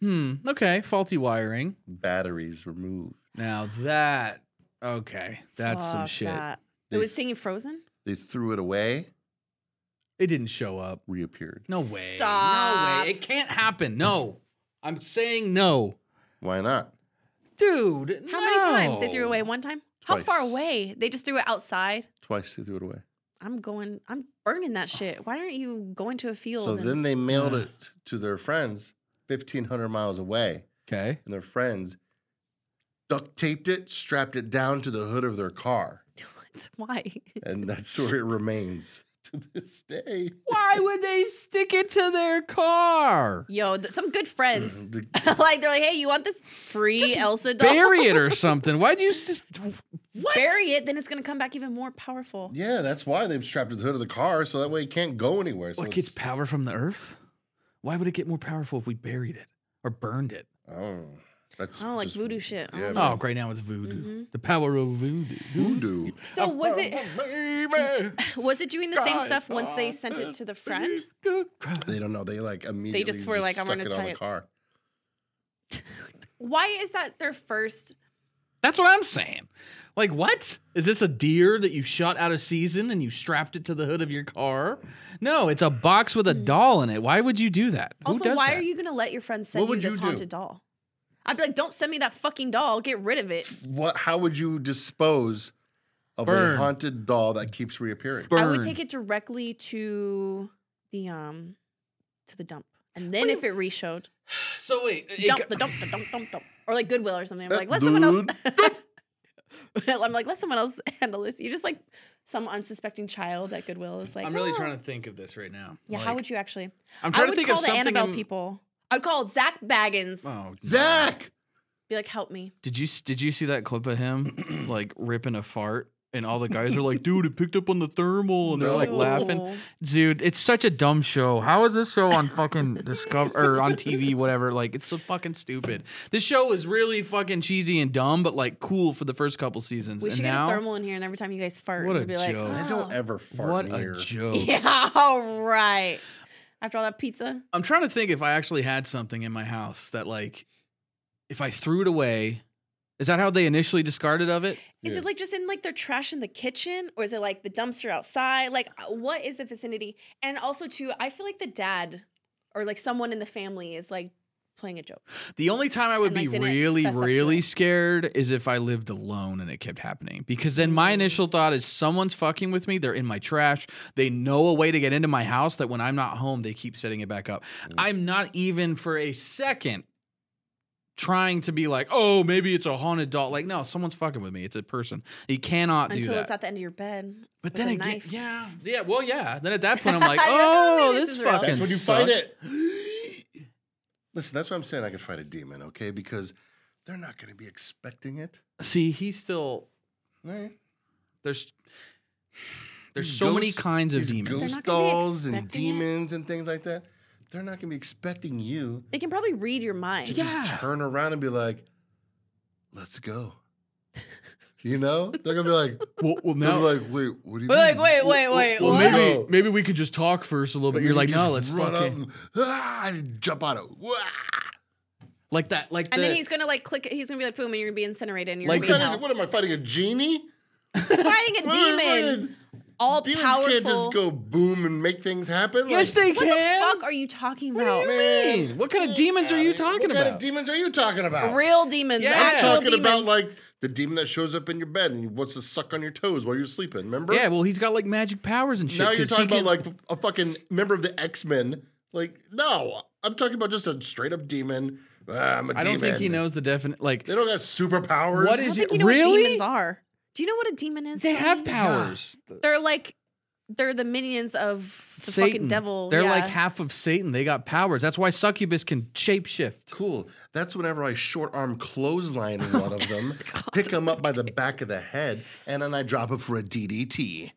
Speaker 1: Hmm. Okay. Faulty wiring.
Speaker 2: Batteries removed.
Speaker 1: Now that. Okay. That's some
Speaker 3: Fuck
Speaker 1: shit.
Speaker 3: that.
Speaker 2: They-
Speaker 3: It was singing Frozen.
Speaker 2: They threw it away.
Speaker 1: It didn't show up.
Speaker 2: Reappeared.
Speaker 1: No way. No
Speaker 3: Stop.
Speaker 1: way. It can't happen. No. I'm saying no.
Speaker 2: Why not?
Speaker 1: Dude.
Speaker 3: How many times they threw
Speaker 1: no.
Speaker 3: away one time? How far
Speaker 2: Twice.
Speaker 3: away? They just threw it outside.
Speaker 2: Twice they threw it away.
Speaker 3: I'm going. I'm burning that shit. Why aren't you going to a field?
Speaker 2: So
Speaker 3: and-
Speaker 2: then they mailed
Speaker 1: Yeah.
Speaker 2: it to their friends, fifteen hundred miles away,
Speaker 1: Okay.
Speaker 2: and their friends duct taped it, strapped it down to the hood of their car,
Speaker 3: What? Why?
Speaker 2: and that's where it remains to this day.
Speaker 1: Why would they stick it to their car?
Speaker 3: Yo, th- some good friends.
Speaker 2: Uh, The-
Speaker 3: like they're like, hey, you want this free Elsa doll?
Speaker 1: Bury it or something. Why'd you just what?
Speaker 3: Bury it, then it's gonna come back even more powerful.
Speaker 2: Yeah, that's why they've strapped it to the hood of the car, so that way it can't go anywhere. So
Speaker 1: Well, it gets
Speaker 2: it's-
Speaker 1: power from the earth. Why would it get more powerful if we buried it or burned it?
Speaker 2: I don't know. That's
Speaker 3: I don't like
Speaker 2: just-
Speaker 3: voodoo shit. I
Speaker 2: yeah,
Speaker 3: don't know.
Speaker 1: Oh, great! Now it's voodoo. The power of voodoo.
Speaker 2: Voodoo.
Speaker 3: Mm-hmm. So was it
Speaker 1: Baby,
Speaker 3: was it doing the same
Speaker 1: God,
Speaker 3: stuff once they
Speaker 1: God,
Speaker 3: sent it to the
Speaker 1: baby,
Speaker 3: friend?
Speaker 1: good God.
Speaker 2: They don't know. They like immediately
Speaker 3: just were like, I'm
Speaker 2: stuck
Speaker 3: gonna
Speaker 2: it on
Speaker 3: tie
Speaker 2: the
Speaker 3: it.
Speaker 2: car.
Speaker 3: Why is that their first?
Speaker 1: That's what I'm saying. Like, what? Is this a deer that you shot out of season and you strapped it to the hood of your car? No, it's a box with a doll in it. Why would you do that? Who
Speaker 3: Mm. Also,
Speaker 1: does
Speaker 3: why
Speaker 1: that?
Speaker 3: are you gonna let your friend
Speaker 2: What
Speaker 3: send you
Speaker 2: would you
Speaker 3: this
Speaker 2: do?
Speaker 3: haunted doll? I'd be like, don't send me that fucking doll. Get rid of it.
Speaker 2: What? How would you dispose of a
Speaker 1: Burn.
Speaker 2: haunted doll that keeps reappearing?
Speaker 1: Burn.
Speaker 3: I would take it directly to the um to the dump, and then if it reshowed,
Speaker 1: So wait, it
Speaker 3: dump
Speaker 1: go-
Speaker 3: the dump the dump dump dump, or like Goodwill or something. I'm
Speaker 2: Uh,
Speaker 3: like, let someone else.
Speaker 2: dude,
Speaker 3: I'm like, let someone else handle this. You just like some unsuspecting child at Goodwill is like,
Speaker 1: I'm really
Speaker 3: "Oh."
Speaker 1: trying to think of this right now.
Speaker 3: Yeah, how would you actually?
Speaker 1: I'm
Speaker 3: I
Speaker 1: trying
Speaker 3: would
Speaker 1: to think
Speaker 3: call
Speaker 1: of
Speaker 3: the
Speaker 1: something.
Speaker 3: Annabelle
Speaker 1: in-
Speaker 3: people. I'd call Zach Baggins.
Speaker 1: Oh, God.
Speaker 2: Zach.
Speaker 3: Be like, help me.
Speaker 1: Did you s- did you see that clip of him like ripping a fart? And all the guys are like, dude, it picked up on the thermal, and they're like
Speaker 2: No.
Speaker 1: laughing.
Speaker 3: No.
Speaker 1: Dude, it's such a dumb show. How is this show on fucking Discover or on TV, whatever? Like, it's so fucking stupid. This show was really fucking cheesy and dumb, but like cool for the first couple seasons.
Speaker 3: We
Speaker 1: and
Speaker 3: should
Speaker 1: now,
Speaker 3: get a thermal in here, and every time you guys fart,
Speaker 1: What
Speaker 3: we'd
Speaker 1: a
Speaker 3: be like,
Speaker 1: joke.
Speaker 2: I
Speaker 3: "Oh."
Speaker 2: don't ever fart
Speaker 1: what
Speaker 2: near.
Speaker 1: a joke.
Speaker 3: Yeah, all right. After all that pizza,
Speaker 1: I'm trying to think if I actually had something in my house that like, if I threw it away, is that how they initially discarded of it?
Speaker 3: is
Speaker 2: Yeah.
Speaker 3: it like just in like their trash in the kitchen, or is it like the dumpster outside? Like, uh, what is the vicinity? And also, too, I feel like the dad or like someone in the family is like playing a joke.
Speaker 1: The only time I would
Speaker 3: And, like,
Speaker 1: be
Speaker 3: didn't
Speaker 1: really,
Speaker 3: fess up to
Speaker 1: really
Speaker 3: it.
Speaker 1: scared is if I lived alone and it kept happening. Because then
Speaker 3: Mm.
Speaker 1: my initial thought is someone's fucking with me. They're in my trash. They know a way to get into my house that when I'm not home, they keep setting it back up.
Speaker 3: Mm.
Speaker 1: I'm not even for a second trying to be like, oh, maybe it's a haunted doll. Like, no, someone's fucking with me. It's a person. You cannot do
Speaker 3: Until
Speaker 1: that.
Speaker 3: it's at the end of your bed.
Speaker 1: but
Speaker 3: with
Speaker 1: then
Speaker 3: a
Speaker 1: again,
Speaker 3: knife.
Speaker 1: yeah, yeah, well, yeah. Then at that point, I'm like,
Speaker 3: You're like, oh,
Speaker 1: oh,
Speaker 3: maybe this
Speaker 1: this,
Speaker 3: is real."
Speaker 1: fucking.
Speaker 2: That's when you
Speaker 1: sucked.
Speaker 2: fight it. Listen, that's what I'm saying. I could fight a demon, okay? Because they're not going to be expecting it.
Speaker 1: See, he's still
Speaker 2: Eh,
Speaker 1: there's There's
Speaker 2: These
Speaker 1: so many
Speaker 2: ghosts-
Speaker 1: kinds of
Speaker 2: these
Speaker 1: demons.
Speaker 3: They're
Speaker 2: Ghost
Speaker 3: not gonna be
Speaker 2: dolls and
Speaker 3: expecting it.
Speaker 2: demons and things like that. They're not going to be expecting you
Speaker 3: They can probably read your
Speaker 2: to
Speaker 3: mind.
Speaker 1: Yeah.
Speaker 2: just turn around and be like, "Let's go." You know, they're gonna be like,
Speaker 1: Well, well
Speaker 2: they're
Speaker 1: now,
Speaker 2: like, "Wait, what do you?"
Speaker 3: We're like,
Speaker 2: mean?
Speaker 3: wait, wait, wait.
Speaker 1: well,
Speaker 3: what?
Speaker 2: maybe-
Speaker 1: maybe
Speaker 2: No.
Speaker 1: maybe we could just talk first a little bit.
Speaker 2: And
Speaker 1: You're
Speaker 2: they
Speaker 1: like,
Speaker 2: just
Speaker 1: no, let's
Speaker 2: run
Speaker 1: fucking
Speaker 2: up and, ah, and jump on it. Wah!
Speaker 1: like that, like
Speaker 3: And
Speaker 1: the,
Speaker 3: then he's gonna like click. He's gonna be like, boom, and you're gonna be incinerated. And you're
Speaker 1: Like
Speaker 2: What
Speaker 3: gonna
Speaker 2: kind
Speaker 3: be
Speaker 2: of-
Speaker 3: in hell.
Speaker 2: what am I fighting? A genie?
Speaker 3: fighting a
Speaker 2: What am I
Speaker 3: demon,
Speaker 2: fighting?
Speaker 3: all
Speaker 2: Demons
Speaker 3: powerful.
Speaker 2: can't just go boom and make things happen.
Speaker 1: yes,
Speaker 2: like,
Speaker 1: they
Speaker 3: what
Speaker 1: can.
Speaker 3: the fuck are you talking
Speaker 1: What
Speaker 3: about?
Speaker 1: do you mean? What kind of demons are you talking
Speaker 2: What kind of
Speaker 1: about?
Speaker 2: demons are you talking about?
Speaker 3: Real demons,
Speaker 1: Yeah.
Speaker 2: I'm
Speaker 3: actual
Speaker 2: talking
Speaker 3: demons.
Speaker 2: about like the demon that shows up in your bed and wants to suck on your toes while you're sleeping. Remember?
Speaker 1: Yeah, well, he's got like magic powers and shit.
Speaker 2: Now you're
Speaker 1: 'cause he
Speaker 2: talking about
Speaker 1: can-
Speaker 2: like a fucking member of the X Men. Like, no, I'm talking about just a straight up demon. Ah, I'm a
Speaker 1: I
Speaker 2: demon.
Speaker 1: don't think he knows the definite. Like
Speaker 2: They don't got superpowers.
Speaker 1: What
Speaker 3: I don't
Speaker 1: is
Speaker 3: think
Speaker 1: it-
Speaker 3: you know what
Speaker 1: Really?
Speaker 3: demons are. Do you know what a demon is?
Speaker 1: they
Speaker 3: Tony?
Speaker 1: have powers.
Speaker 3: They're like they're the minions of the fucking devil.
Speaker 1: They're
Speaker 3: yeah.
Speaker 1: like half of Satan. They got powers. That's why succubus can shapeshift.
Speaker 2: Cool. That's whenever I short arm clothesline
Speaker 3: Oh
Speaker 2: one of them, pick them up by the back of the head, and then I drop it for a DDT.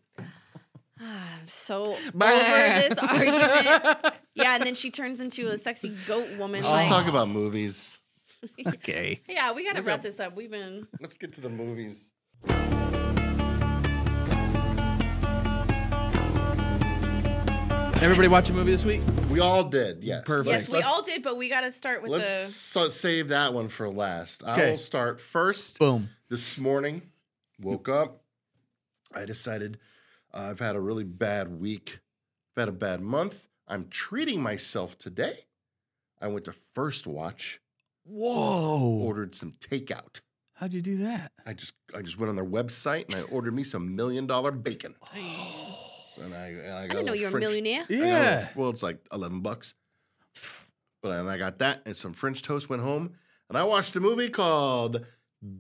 Speaker 3: I'm so
Speaker 2: Bah.
Speaker 3: over this argument. Yeah, and then she turns into a sexy goat woman.
Speaker 2: Let's
Speaker 3: like,
Speaker 2: just talk about movies.
Speaker 1: Okay.
Speaker 3: yeah, we gotta wrap this up. We've been
Speaker 2: Let's get to the movies.
Speaker 1: Everybody watch a movie this week?
Speaker 2: We all did, yes.
Speaker 1: Perfect.
Speaker 3: yes,
Speaker 1: Yes,
Speaker 3: we all did, but we gotta start with
Speaker 2: Let's
Speaker 3: the
Speaker 2: so- save that one for last. I
Speaker 1: Okay.
Speaker 2: will start first.
Speaker 1: Boom.
Speaker 2: this morning woke up i decided uh, i've had a really bad week i've had a bad month i'm treating myself today i went to first watch
Speaker 1: Whoa.
Speaker 2: ordered some takeout
Speaker 1: How'd you do that?
Speaker 2: i just i just went on their website and i ordered me some million dollar bacon and i, and I,
Speaker 3: I
Speaker 2: got
Speaker 3: didn't know
Speaker 2: little
Speaker 3: you were
Speaker 2: French-
Speaker 3: a millionaire.
Speaker 2: I got a little-
Speaker 1: Yeah.
Speaker 2: well it's like 11 bucks but and i got that and some french toast went home and i watched a movie called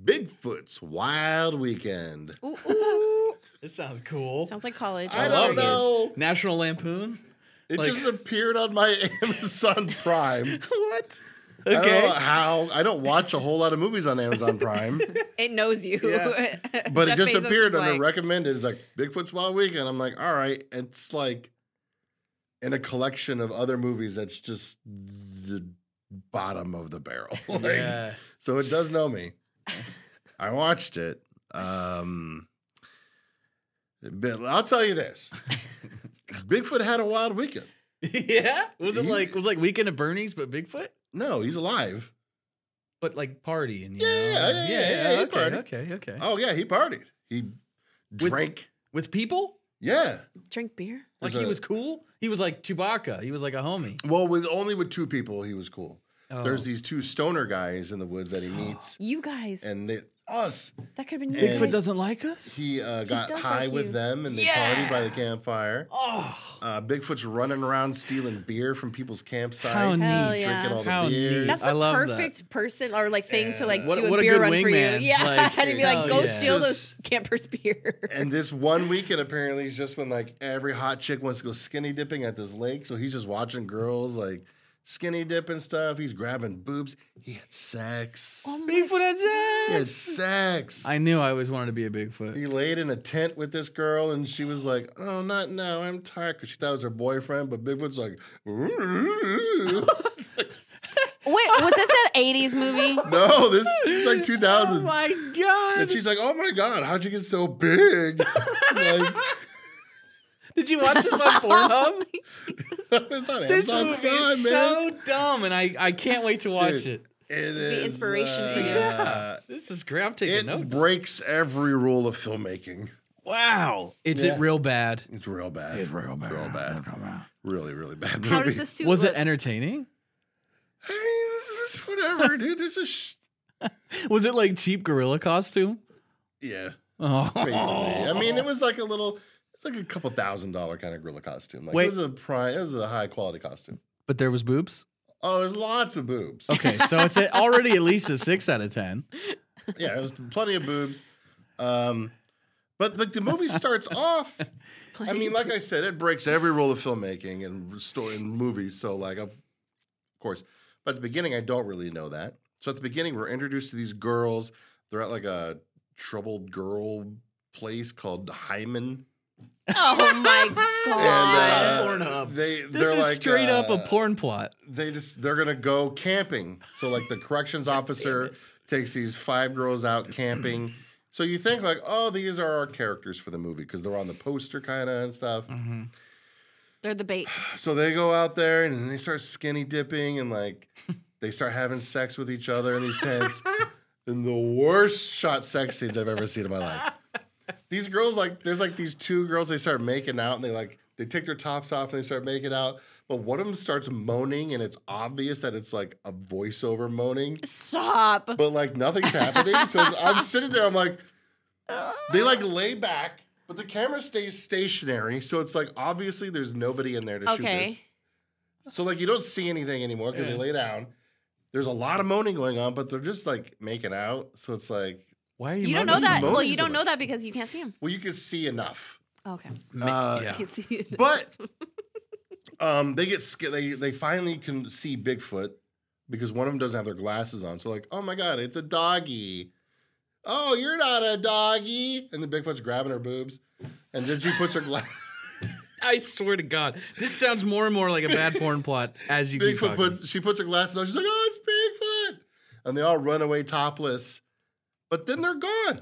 Speaker 2: bigfoot's wild weekend
Speaker 3: Ooh, ooh.
Speaker 1: This sounds cool.
Speaker 3: Sounds like college.
Speaker 2: i,
Speaker 1: I love
Speaker 2: don't
Speaker 1: this.
Speaker 2: know
Speaker 1: National Lampoon.
Speaker 2: It
Speaker 1: Like-
Speaker 2: just appeared on my Amazon Prime.
Speaker 1: what?
Speaker 2: I don't know
Speaker 1: Okay.
Speaker 2: how I don't watch a whole lot of movies on Amazon Prime,
Speaker 3: It knows you.
Speaker 1: Yeah.
Speaker 2: but it
Speaker 3: Jeff
Speaker 2: just
Speaker 3: Bezos
Speaker 2: appeared
Speaker 3: is
Speaker 2: on the
Speaker 3: like,
Speaker 2: recommended. It's like Bigfoot's Wild Weekend. I'm like, all right, it's like in a collection of other movies that's just the bottom of the barrel. Like,
Speaker 1: Yeah.
Speaker 2: So it does know me. I watched it. Um, but I'll tell you this: Bigfoot had a wild weekend.
Speaker 1: yeah. Was it
Speaker 2: You-
Speaker 1: like was like Weekend at Bernie's but Bigfoot?
Speaker 2: No, he's alive.
Speaker 1: But like party and
Speaker 2: Yeah, yeah, yeah, yeah, yeah, he
Speaker 1: okay,
Speaker 2: partied.
Speaker 1: okay, okay.
Speaker 2: Oh yeah, he partied. He drank.
Speaker 1: With people?
Speaker 2: yeah.
Speaker 3: drink beer.
Speaker 1: Like
Speaker 2: There's
Speaker 1: he
Speaker 2: a-
Speaker 1: was cool. He was like Chewbacca. He was like a homie.
Speaker 2: Well, with only with two people, he was cool.
Speaker 1: Oh.
Speaker 2: There's these two stoner guys in the woods that he meets,
Speaker 3: You guys.
Speaker 2: and they us.
Speaker 3: that could have been you.
Speaker 2: Bigfoot
Speaker 1: Bigfoot
Speaker 3: guys.
Speaker 1: doesn't like us.
Speaker 2: He uh, got
Speaker 3: does
Speaker 2: high
Speaker 3: like
Speaker 2: with
Speaker 3: you.
Speaker 2: them, and they party by the campfire.
Speaker 1: Oh,
Speaker 2: Uh, Bigfoot's running around stealing beer from people's campsites,
Speaker 1: How neat. Hell
Speaker 2: drinking
Speaker 3: yeah.
Speaker 2: all the Uh,
Speaker 1: How
Speaker 2: beer.
Speaker 1: neat.
Speaker 3: That's
Speaker 1: I
Speaker 3: the
Speaker 1: love that.
Speaker 3: perfect person or like thing to like
Speaker 1: What-
Speaker 3: do a
Speaker 1: what a
Speaker 3: beer
Speaker 1: good
Speaker 3: run for you.
Speaker 1: wingman.
Speaker 3: Yeah,
Speaker 1: Like,
Speaker 3: and to be like,
Speaker 1: hell
Speaker 3: go
Speaker 1: yeah.
Speaker 3: steal
Speaker 2: Just-
Speaker 3: those campers' beer.
Speaker 2: And this one weekend apparently is just when like every hot chick wants to go skinny dipping at this lake. So he's just watching girls like skinny dip and stuff. He's grabbing boobs. He had sex.
Speaker 1: Bigfoot has
Speaker 2: He
Speaker 1: that.
Speaker 2: had sex.
Speaker 1: I knew I always wanted to be a Bigfoot.
Speaker 2: He laid in a tent with this girl, and she was like, "Oh, not now. I'm tired," because she thought it was her boyfriend. But Bigfoot's like,
Speaker 3: Wait, was this an '80s movie?
Speaker 2: "No, this is
Speaker 3: Oh
Speaker 2: like 2000s." and
Speaker 1: Oh god!
Speaker 2: she's like, "Oh my god, how'd you get so big?" like,
Speaker 1: Did you watch this on
Speaker 3: Oh
Speaker 1: Pornhub?
Speaker 2: it's on
Speaker 1: this
Speaker 2: Amazon
Speaker 1: movie
Speaker 2: Prime,
Speaker 1: is
Speaker 2: man.
Speaker 1: so dumb, and I I can't wait to watch
Speaker 2: Dude.
Speaker 1: it.
Speaker 2: It
Speaker 3: be
Speaker 2: is,
Speaker 3: inspiration for you.
Speaker 2: uh,
Speaker 1: This is great. I'm taking
Speaker 2: It
Speaker 1: notes.
Speaker 2: breaks every rule of filmmaking.
Speaker 1: wow, it's
Speaker 2: Yeah.
Speaker 1: it real bad.
Speaker 2: It's real bad. Real bad. Really, really bad.
Speaker 3: How does
Speaker 2: movie.
Speaker 3: the suit
Speaker 1: Was
Speaker 3: look?
Speaker 1: it entertaining?
Speaker 2: I mean, this is whatever, dude. This is sh-
Speaker 1: Was it like cheap gorilla costume?
Speaker 2: yeah.
Speaker 1: Oh,
Speaker 2: basically. I mean, it was like a little, it's like a couple thousand dollar kind of gorilla costume. Like
Speaker 1: Wait.
Speaker 2: it was a prime, it was a high quality costume.
Speaker 1: but there was boobs.
Speaker 2: Oh, there's lots of boobs.
Speaker 1: Okay, so it's a, already at least a six out of ten.
Speaker 2: yeah, there's plenty of boobs. Um, but like the movie starts off. I mean, like I said, it breaks every rule of filmmaking and story and movies. So like, of course, but at the beginning, I don't really know that. So at the beginning, we're introduced to these girls. They're at like a troubled girl place called Hyman
Speaker 3: Oh my
Speaker 2: And, uh,
Speaker 3: god.
Speaker 4: Pornhub.
Speaker 2: They
Speaker 1: This
Speaker 2: they're
Speaker 1: is
Speaker 2: like,
Speaker 1: straight up a
Speaker 2: uh,
Speaker 1: porn plot.
Speaker 2: They just they're gonna go camping. So like the corrections officer takes these five girls out camping. So you think like, oh, these are our characters for the movie because they're on the poster kind of and stuff.
Speaker 1: Mm-hmm.
Speaker 3: They're the bait.
Speaker 2: So they go out there and they start skinny dipping and like they start having sex with each other in these tents. and the worst shot sex scenes I've ever seen in my life. These girls like there's like these two girls they start making out and they like they take their tops off and they start making out. But one of them starts moaning and it's obvious that it's like a voiceover moaning
Speaker 3: Stop.
Speaker 2: but like nothing's happening. So it's- I'm sitting there, I'm like, they like lay back, but the camera stays stationary. So it's like obviously there's nobody in there to shoot
Speaker 3: Okay.
Speaker 2: this. So like you don't see anything anymore because they lay down. There's a lot of moaning going on, but they're just like making out. So it's like,
Speaker 1: Why are you?
Speaker 3: You don't know
Speaker 1: moaning?
Speaker 3: that. Well,
Speaker 2: moaning
Speaker 3: you
Speaker 2: so
Speaker 3: don't know
Speaker 2: much.
Speaker 3: that because you can't see him.
Speaker 2: well, you can see enough.
Speaker 3: Okay.
Speaker 2: Uh,
Speaker 1: yeah.
Speaker 3: You can see it.
Speaker 2: But um, they get sca- they they finally can see Bigfoot because one of them doesn't have their glasses on. So like, oh my god, it's a doggy. Oh, you're not a doggy. And the Bigfoot's grabbing her boobs, and then she puts her glasses.
Speaker 1: I swear to God, this sounds more and more like a bad porn plot as you keep talking.
Speaker 2: Bigfoot puts she puts her glasses on. She's like, oh, it's Bigfoot, and they all run away topless. But then they're gone.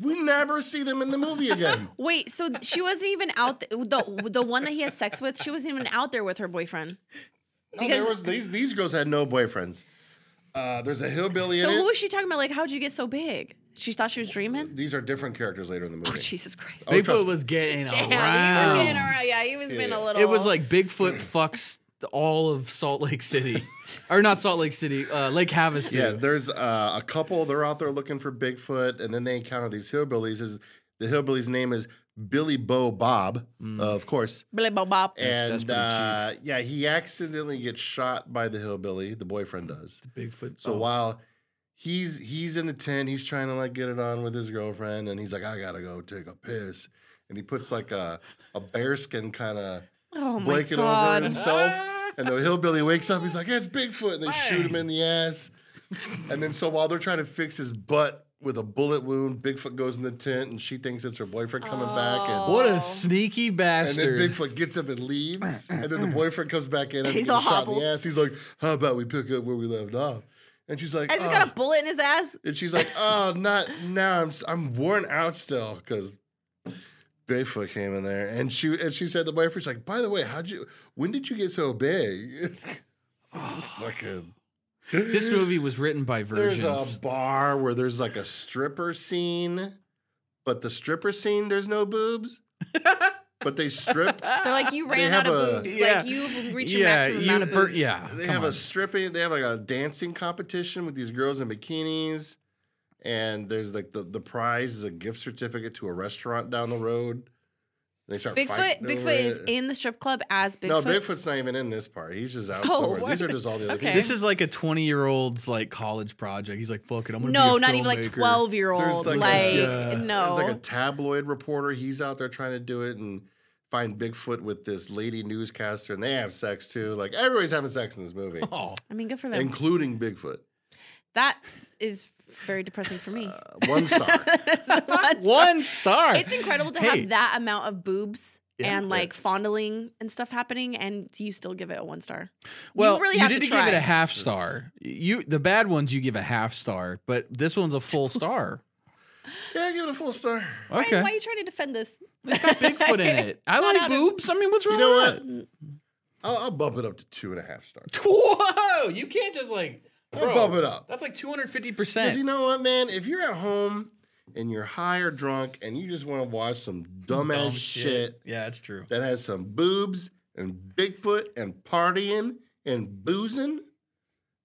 Speaker 2: We never see them in the movie again.
Speaker 3: Wait, so she wasn't even out th- the the one that he has sex with. She wasn't even out there with her boyfriend.
Speaker 2: No,
Speaker 3: Because-
Speaker 2: there was, these these girls had no boyfriends. Uh, there's a hillbilly
Speaker 3: So
Speaker 2: in it.
Speaker 3: who was she talking about? Like, how'd you get so big? She thought she was dreaming.
Speaker 2: These are different characters later in the movie.
Speaker 3: Oh Jesus Christ!
Speaker 2: Oh, trust
Speaker 1: Bigfoot
Speaker 2: me.
Speaker 1: was getting
Speaker 3: Damn, he
Speaker 1: around.
Speaker 3: was being around. Yeah, he was being a little.
Speaker 1: It was like Bigfoot fucks all of Salt Lake City, or not Salt Lake City, uh, Lake Havasu.
Speaker 2: yeah, there's uh, a couple. They're out there looking for Bigfoot, and then they encounter these hillbillies. Is the hillbilly's name is Billy Bo Bob, of course,
Speaker 3: Billy Bob Bop.
Speaker 2: and uh,
Speaker 1: desperately
Speaker 2: yeah, he accidentally gets shot by the hillbilly. The boyfriend does.
Speaker 1: Bigfoot.
Speaker 3: Oh.
Speaker 2: So while he's he's in the tent, he's trying to like get it on with his girlfriend, and he's like, I gotta go take a piss, and he puts like a a bearskin kind of
Speaker 3: Oh my
Speaker 2: blanket over
Speaker 3: god!
Speaker 2: himself. And the hillbilly wakes up. He's like, "It's Bigfoot!" And they shoot him in the ass. And then, so while they're trying to fix his butt with a bullet wound, Bigfoot goes in the tent, and she thinks it's her boyfriend coming back. And,
Speaker 3: Oh.
Speaker 1: what a sneaky
Speaker 2: and then
Speaker 1: bastard!
Speaker 2: Bigfoot gets up and leaves. And then the boyfriend comes back in and
Speaker 3: He's
Speaker 2: he's
Speaker 3: all
Speaker 2: shot in
Speaker 3: hobbled.
Speaker 2: the ass. He's like, "How about we pick up where we left off?" And she's like,
Speaker 3: I just
Speaker 2: "Oh."
Speaker 3: got a bullet in his ass.
Speaker 2: And she's like, "Oh, not now. I'm s- I'm worn out still because Bigfoot came in there." And she and she said to the boyfriend, "She's like, by the way, how'd you? When did you get so big?" Fucking.
Speaker 1: this movie was written by
Speaker 2: There's um,
Speaker 1: virgins.
Speaker 2: a bar where there's like a stripper scene, but the stripper scene there's no boobs, but they strip.
Speaker 3: They're like, you
Speaker 2: They
Speaker 3: ran
Speaker 2: have
Speaker 3: out
Speaker 2: a-
Speaker 3: of boobs.
Speaker 1: Yeah.
Speaker 3: Like you've reached your
Speaker 1: Yeah,
Speaker 3: maximum
Speaker 1: you
Speaker 3: amount of
Speaker 1: bur-
Speaker 3: boobs.
Speaker 1: yeah,
Speaker 2: They
Speaker 1: come
Speaker 2: have
Speaker 1: on.
Speaker 2: a stripping. They have like a dancing competition with these girls in bikinis, and there's like the the prize is a gift certificate to a restaurant down the road. They start
Speaker 3: Bigfoot.
Speaker 2: fighting over
Speaker 3: Bigfoot is
Speaker 2: it.
Speaker 3: in the strip club as Bigfoot.
Speaker 2: No, Bigfoot's not even in this part. He's just out
Speaker 3: Oh,
Speaker 2: somewhere. These
Speaker 3: what?
Speaker 2: are just all the other
Speaker 3: Okay.
Speaker 1: This is like a 20 year old's like college project. He's like, fuck it, I'm gonna
Speaker 3: No,
Speaker 1: be a
Speaker 3: not even like
Speaker 1: filmmaker."
Speaker 3: twelve year
Speaker 2: There's
Speaker 3: old.
Speaker 2: like
Speaker 3: Like,
Speaker 2: a-
Speaker 1: Yeah.
Speaker 3: no.
Speaker 2: There's like a tabloid reporter. He's out there trying to do it and find Bigfoot with this lady newscaster, and they have sex too. Like everybody's having sex in this movie,
Speaker 1: Oh,
Speaker 3: I mean, good for them.
Speaker 2: including Bigfoot.
Speaker 3: that is very depressing for me.
Speaker 2: Uh, one star.
Speaker 3: So one star.
Speaker 1: one star.
Speaker 3: It's incredible to
Speaker 1: Hey.
Speaker 3: have that amount of boobs
Speaker 1: Yeah.
Speaker 3: and like fondling and stuff happening, and you still give it a one star.
Speaker 1: well,
Speaker 3: you really have
Speaker 1: did
Speaker 3: to try.
Speaker 1: give it a half star. You the bad ones you give a half star, but this one's a full star.
Speaker 2: yeah, give it a full star.
Speaker 3: Brian,
Speaker 1: Okay,
Speaker 3: why are you trying to defend this?
Speaker 1: Bigfoot in it. I
Speaker 3: Not
Speaker 1: like
Speaker 3: out of-
Speaker 1: boobs. I mean, what's wrong
Speaker 2: You know
Speaker 1: with
Speaker 2: what?
Speaker 1: that?
Speaker 2: I'll, I'll bump it up to two and a half stars.
Speaker 1: Whoa! You can't just like
Speaker 2: I'll bump it up.
Speaker 1: That's like two hundred fifty
Speaker 2: Because you
Speaker 1: percent.
Speaker 2: know what, man? If you're at home and you're high or drunk and you just want to watch some dumbass shit.
Speaker 1: Yeah, that's true.
Speaker 2: that has some boobs and Bigfoot and partying and boozing,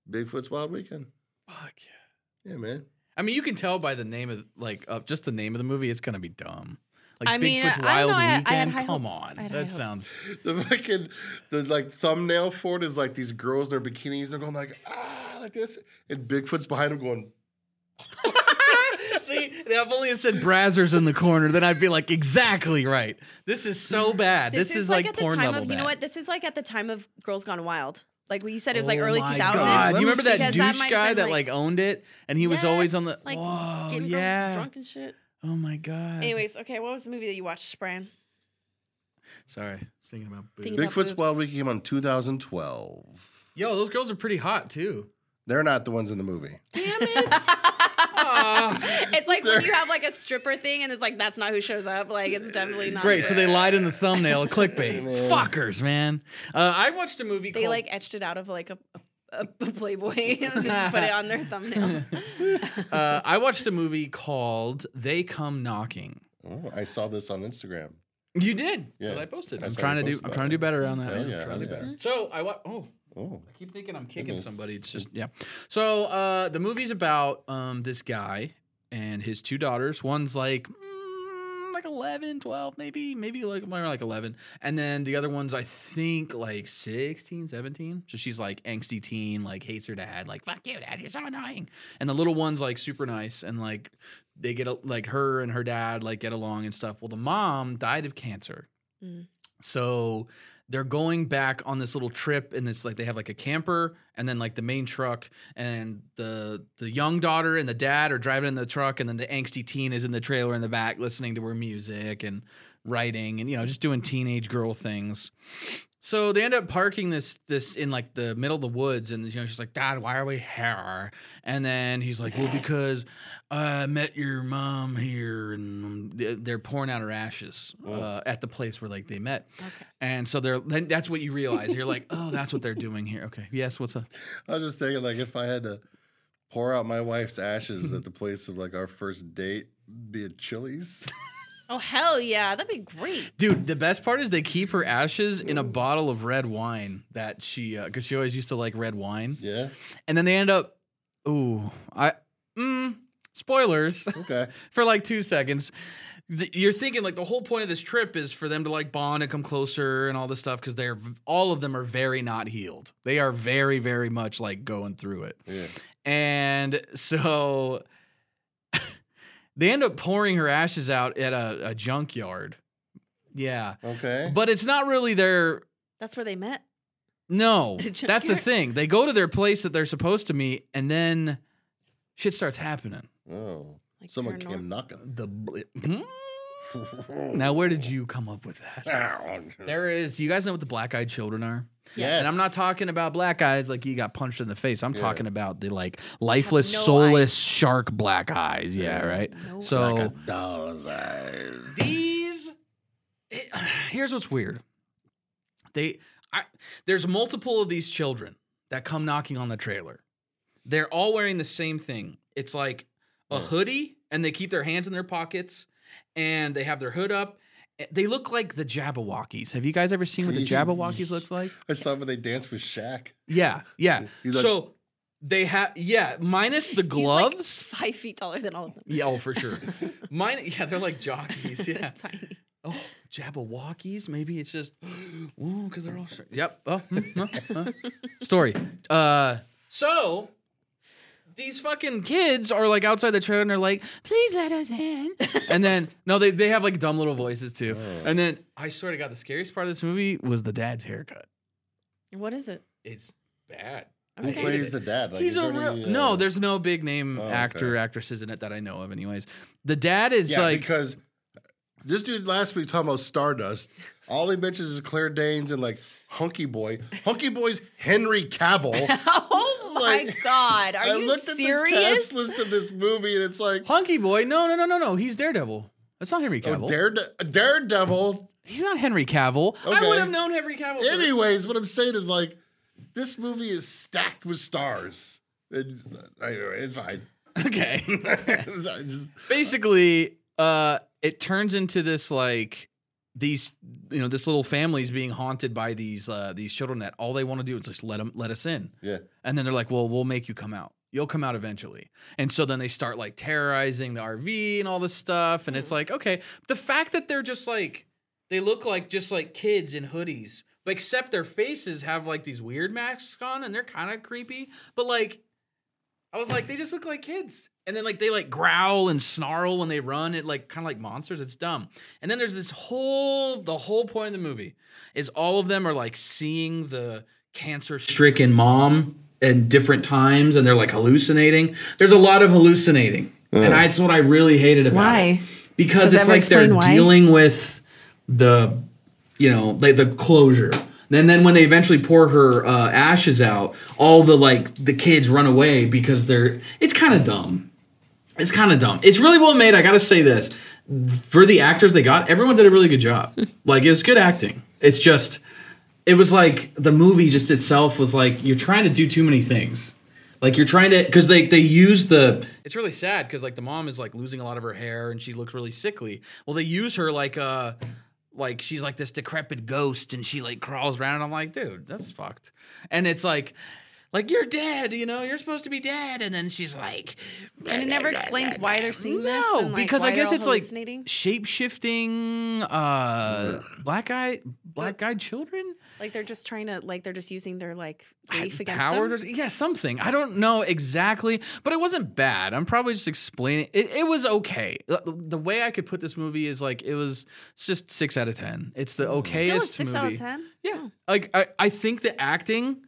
Speaker 2: Bigfoot's Wild Weekend.
Speaker 1: Fuck. yeah.
Speaker 2: Yeah, man.
Speaker 1: I mean, you can tell by the name of like uh, just the name of the movie. It's gonna be dumb. Like
Speaker 3: I mean,
Speaker 1: Bigfoot's
Speaker 3: I
Speaker 1: Wild
Speaker 3: don't know, I had-
Speaker 1: Weekend.
Speaker 3: I had high
Speaker 1: Come
Speaker 3: hopes. I
Speaker 1: on,
Speaker 3: had
Speaker 1: that
Speaker 3: high
Speaker 1: sounds.
Speaker 2: The fucking the like thumbnail for it is like these girls in their bikinis, they're going like ah like this, and Bigfoot's behind them going.
Speaker 1: See, if only it said Brazzers in the corner, then I'd be like, exactly right. This is so bad. This, is, like,
Speaker 3: at the
Speaker 1: porn
Speaker 3: time
Speaker 1: level
Speaker 3: of you know
Speaker 1: bad.
Speaker 3: what? This is like at the time of Girls Gone Wild. Like what you said, it was like
Speaker 1: Oh
Speaker 3: early
Speaker 1: my
Speaker 3: two thousands.
Speaker 1: God.
Speaker 2: Let
Speaker 1: You
Speaker 2: me
Speaker 1: remember that
Speaker 3: see. Because that
Speaker 1: douche
Speaker 3: might have
Speaker 1: guy
Speaker 3: been,
Speaker 1: that
Speaker 3: like-
Speaker 1: like owned it, and he was always on the.
Speaker 3: Like
Speaker 1: Whoa,
Speaker 3: getting girls
Speaker 1: yeah.
Speaker 4: Drunk and shit.
Speaker 1: Oh my god.
Speaker 3: Anyways, okay, what was the movie that you watched, Brian?
Speaker 1: sorry, I was thinking about boobs.
Speaker 3: Thinking about
Speaker 2: Bigfoot's
Speaker 3: boobs.
Speaker 2: Wild Weekend came on 2012.
Speaker 1: Yo, those girls are pretty hot too.
Speaker 2: They're not the ones in the movie.
Speaker 1: Damn it. Ah. Aw.
Speaker 3: it's like
Speaker 2: They're-
Speaker 3: when you have like a stripper thing and it's like that's not who shows up. Like it's definitely not.
Speaker 1: Great. So they lied in the thumbnail, clickbait.
Speaker 2: Man.
Speaker 1: Fuckers, man. Uh, I watched a movie
Speaker 3: They
Speaker 1: called
Speaker 3: like etched it out of like a, a, a Playboy and just put it on their thumbnail.
Speaker 1: uh, I watched a movie called They Come Knocking.
Speaker 2: Oh, I saw this on Instagram.
Speaker 1: You did.
Speaker 2: Yeah.
Speaker 1: 'cause I posted.
Speaker 2: I
Speaker 1: I'm
Speaker 2: saw
Speaker 1: trying
Speaker 2: you
Speaker 1: to do.
Speaker 2: post
Speaker 1: I'm
Speaker 2: about
Speaker 1: trying to do
Speaker 2: it.
Speaker 1: better on that.
Speaker 2: Hell
Speaker 1: I'm
Speaker 2: yeah,
Speaker 1: trying to do
Speaker 2: hell yeah.
Speaker 1: better. So I wa- oh.
Speaker 2: Oh,
Speaker 1: I keep thinking I'm kicking
Speaker 2: Goodness.
Speaker 1: somebody. It's just yeah. So uh, the movie's about um, this guy and his two daughters. One's like mm, like 11, 12, maybe, maybe like more like 11. And then the other one's I think like 16, 17. So she's like angsty teen, like hates her dad, like fuck you, dad, you're so annoying. And the little one's like super nice and like they get a- like her and her dad like get along and stuff. Well, the mom died of cancer.
Speaker 3: Mm.
Speaker 1: So they're going back on this little trip and it's like they have like a camper and then like the main truck and the the young daughter and the dad are driving in the truck and then the angsty teen is in the trailer in the back listening to her music and writing and you know just doing teenage girl things so they end up parking this this in like the middle of the woods and you know she's like dad why are we here and then he's like well because i met your mom here and um, they- they're pouring out her ashes uh, at the place where like they met and so they're then that's what you realize you're like oh that's what they're doing here okay yes what's up
Speaker 2: I was just thinking, like, if I had to pour out my wife's ashes at the place of like our first date, be it Chili's.
Speaker 3: Oh hell yeah, that'd be great.
Speaker 1: Dude, the best part is they keep her ashes in a bottle of red wine that she, because she always used to like red wine.
Speaker 2: Yeah.
Speaker 1: And then they end up, ooh, I, mm, spoilers
Speaker 2: Okay.
Speaker 1: for like two seconds. Th- You're thinking like the whole point of this trip is for them to like bond and come closer and all this stuff because they're all of them are very not healed. They are very, very much like going through it.
Speaker 2: Yeah.
Speaker 1: And so they end up pouring her ashes out at a, a junkyard. Yeah.
Speaker 2: Okay.
Speaker 1: But it's not really their.
Speaker 3: That's where they met.
Speaker 1: No,
Speaker 3: Junkyard.
Speaker 1: that's the thing. They go to their place that they're supposed to meet, and then shit starts happening.
Speaker 2: oh,
Speaker 3: Like
Speaker 2: someone
Speaker 3: paranormal.
Speaker 2: came knocking.
Speaker 1: The blip. Now, where did you come up with that? There is. You guys know what the black eyed children are,
Speaker 2: Yes.
Speaker 1: and I'm not talking about black eyes like you got punched in the face. I'm
Speaker 2: Yeah.
Speaker 1: talking about the like lifeless,
Speaker 3: no
Speaker 1: soulless
Speaker 3: eyes.
Speaker 1: shark black eyes. Yeah, right.
Speaker 3: No
Speaker 1: so
Speaker 2: Like a doll's eyes.
Speaker 1: these it- here's what's weird they I, there's multiple of these children that come knocking on the trailer they're all wearing the same thing it's like a
Speaker 2: Yeah.
Speaker 1: hoodie and they keep their hands in their pockets and they have their hood up Eh, they look like the jabberwockies have you guys ever seen what the
Speaker 2: Please.
Speaker 1: jabberwockies look like
Speaker 2: I saw when they danced with Shaq.
Speaker 1: yeah yeah
Speaker 2: He's like-
Speaker 1: so they have yeah minus the
Speaker 3: He's, like,
Speaker 1: gloves
Speaker 3: five feet taller than all of them.
Speaker 1: yeah oh for sure mine yeah they're like jockeys yeah
Speaker 3: Tiny.
Speaker 1: Oh, Jabberwockies? Maybe it's just ooh, because they're all short. Yep. Oh, mm, mm, mm. Story. Uh, so these fucking kids are like outside the trailer and they're like, "Please let us in." And then no, they they have like dumb little voices
Speaker 2: "Oh."
Speaker 1: too. And then I swear to God, the scariest part of this movie was the dad's haircut.
Speaker 3: What is it?
Speaker 1: It's bad.
Speaker 2: Who
Speaker 1: hated
Speaker 3: Okay.
Speaker 2: plays
Speaker 1: it.
Speaker 2: the dad? Like,
Speaker 1: He's
Speaker 2: is
Speaker 1: a
Speaker 2: there
Speaker 1: real
Speaker 2: any, uh,
Speaker 1: no. There's no big name
Speaker 2: Oh, okay.
Speaker 1: actor actresses in it that I know of. Anyways, the dad is
Speaker 2: yeah,
Speaker 1: like
Speaker 2: because this dude last week talking about Stardust. All he mentions is Claire Danes and like Hunky Boy. Hunky Boy's Henry Cavill.
Speaker 3: Oh my
Speaker 2: Like,
Speaker 3: god, are
Speaker 2: I
Speaker 3: you
Speaker 2: looked
Speaker 3: serious?
Speaker 2: at the cast list of this movie and it's like
Speaker 1: hunky boy. No, no, no, no, no. He's Daredevil. That's not Henry Cavill.
Speaker 2: oh, Darede- Daredevil.
Speaker 1: He's not Henry Cavill. I
Speaker 2: Okay.
Speaker 1: would have known Henry Cavill. for-
Speaker 2: Anyways, what I'm saying is like this movie is stacked with stars. And, uh, anyway, it's fine.
Speaker 1: Okay.
Speaker 2: I just-
Speaker 1: Basically, uh, it turns into this like these you know this little family's being haunted by these uh, these children that all they want to do is just let them let us in,
Speaker 2: yeah.
Speaker 1: and then they're like, well, we'll make you come out. You'll come out eventually. And so then they start like terrorizing the RV and all this stuff. And it's like, okay, the fact that they're just like they look like just like kids in hoodies, but except their faces have like these weird masks on and they're kind of creepy. But like I was like, they just look like kids. And then like they like growl and snarl when they run it like kind of like monsters. It's dumb. And then there's this whole the whole point of the movie is all of them are like seeing the cancer stricken mom in different times and they're like hallucinating. There's a lot of hallucinating.
Speaker 4: and I, it's what I really hated about it.
Speaker 3: Why?
Speaker 4: Because
Speaker 3: Does
Speaker 4: it's
Speaker 3: ever
Speaker 4: like they're
Speaker 3: explain why?
Speaker 4: dealing with the, you know, like the closure. And then when they eventually pour her uh, ashes out, all the like the kids run away because they're. It's kind of dumb. It's kind of dumb. It's really well made. I gotta say this for the actors they got, everyone did a really good job. like it was good acting. It's just, it was like the movie just itself was like you're trying to do too many things. Like you're trying to, because they they use the. It's really sad because like the mom is like losing a lot of her hair and she looks really sickly. Well, they use her like uh like she's like this decrepit ghost and she like crawls around. And I'm like, dude, that's fucked. And it's like. Like you're dead, you know. You're supposed to be dead, and then she's like,
Speaker 3: And it never explains why they're seeing this.
Speaker 4: no,
Speaker 3: and, like,
Speaker 1: because
Speaker 3: why
Speaker 1: I
Speaker 3: they're
Speaker 1: guess
Speaker 3: all
Speaker 1: it's like
Speaker 3: hallucinating.
Speaker 1: shape shifting, uh, black eye, black eyed children.
Speaker 3: like they're just trying to like they're just using their like
Speaker 1: I-
Speaker 3: belief against
Speaker 1: powers
Speaker 3: them.
Speaker 1: or s- yeah something i don't know exactly but it wasn't bad i'm probably just explaining it, it was okay the, the way i could put this movie is like it was it's just six out of ten it's the okayest
Speaker 3: Still a six
Speaker 1: movie
Speaker 3: out of ten.
Speaker 1: yeah like I, I think the acting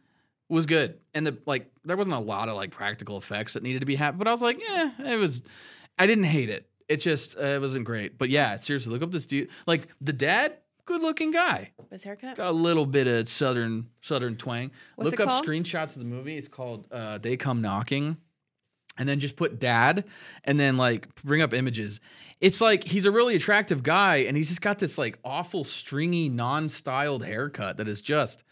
Speaker 1: was good and the like there wasn't a lot of like practical effects that needed to be happened but i was like yeah it was i didn't hate it it just uh, it wasn't great but yeah seriously look up this dude like the dad good looking guy
Speaker 3: His haircut.
Speaker 1: got a little bit of southern southern twang.
Speaker 3: What's
Speaker 1: Look
Speaker 3: it
Speaker 1: up
Speaker 3: called?
Speaker 1: screenshots of the movie. It's called uh, "They Come Knocking," and then just put "dad," and then like bring up images. It's like he's a really attractive guy, and he's just got this like awful stringy, non-styled haircut that is just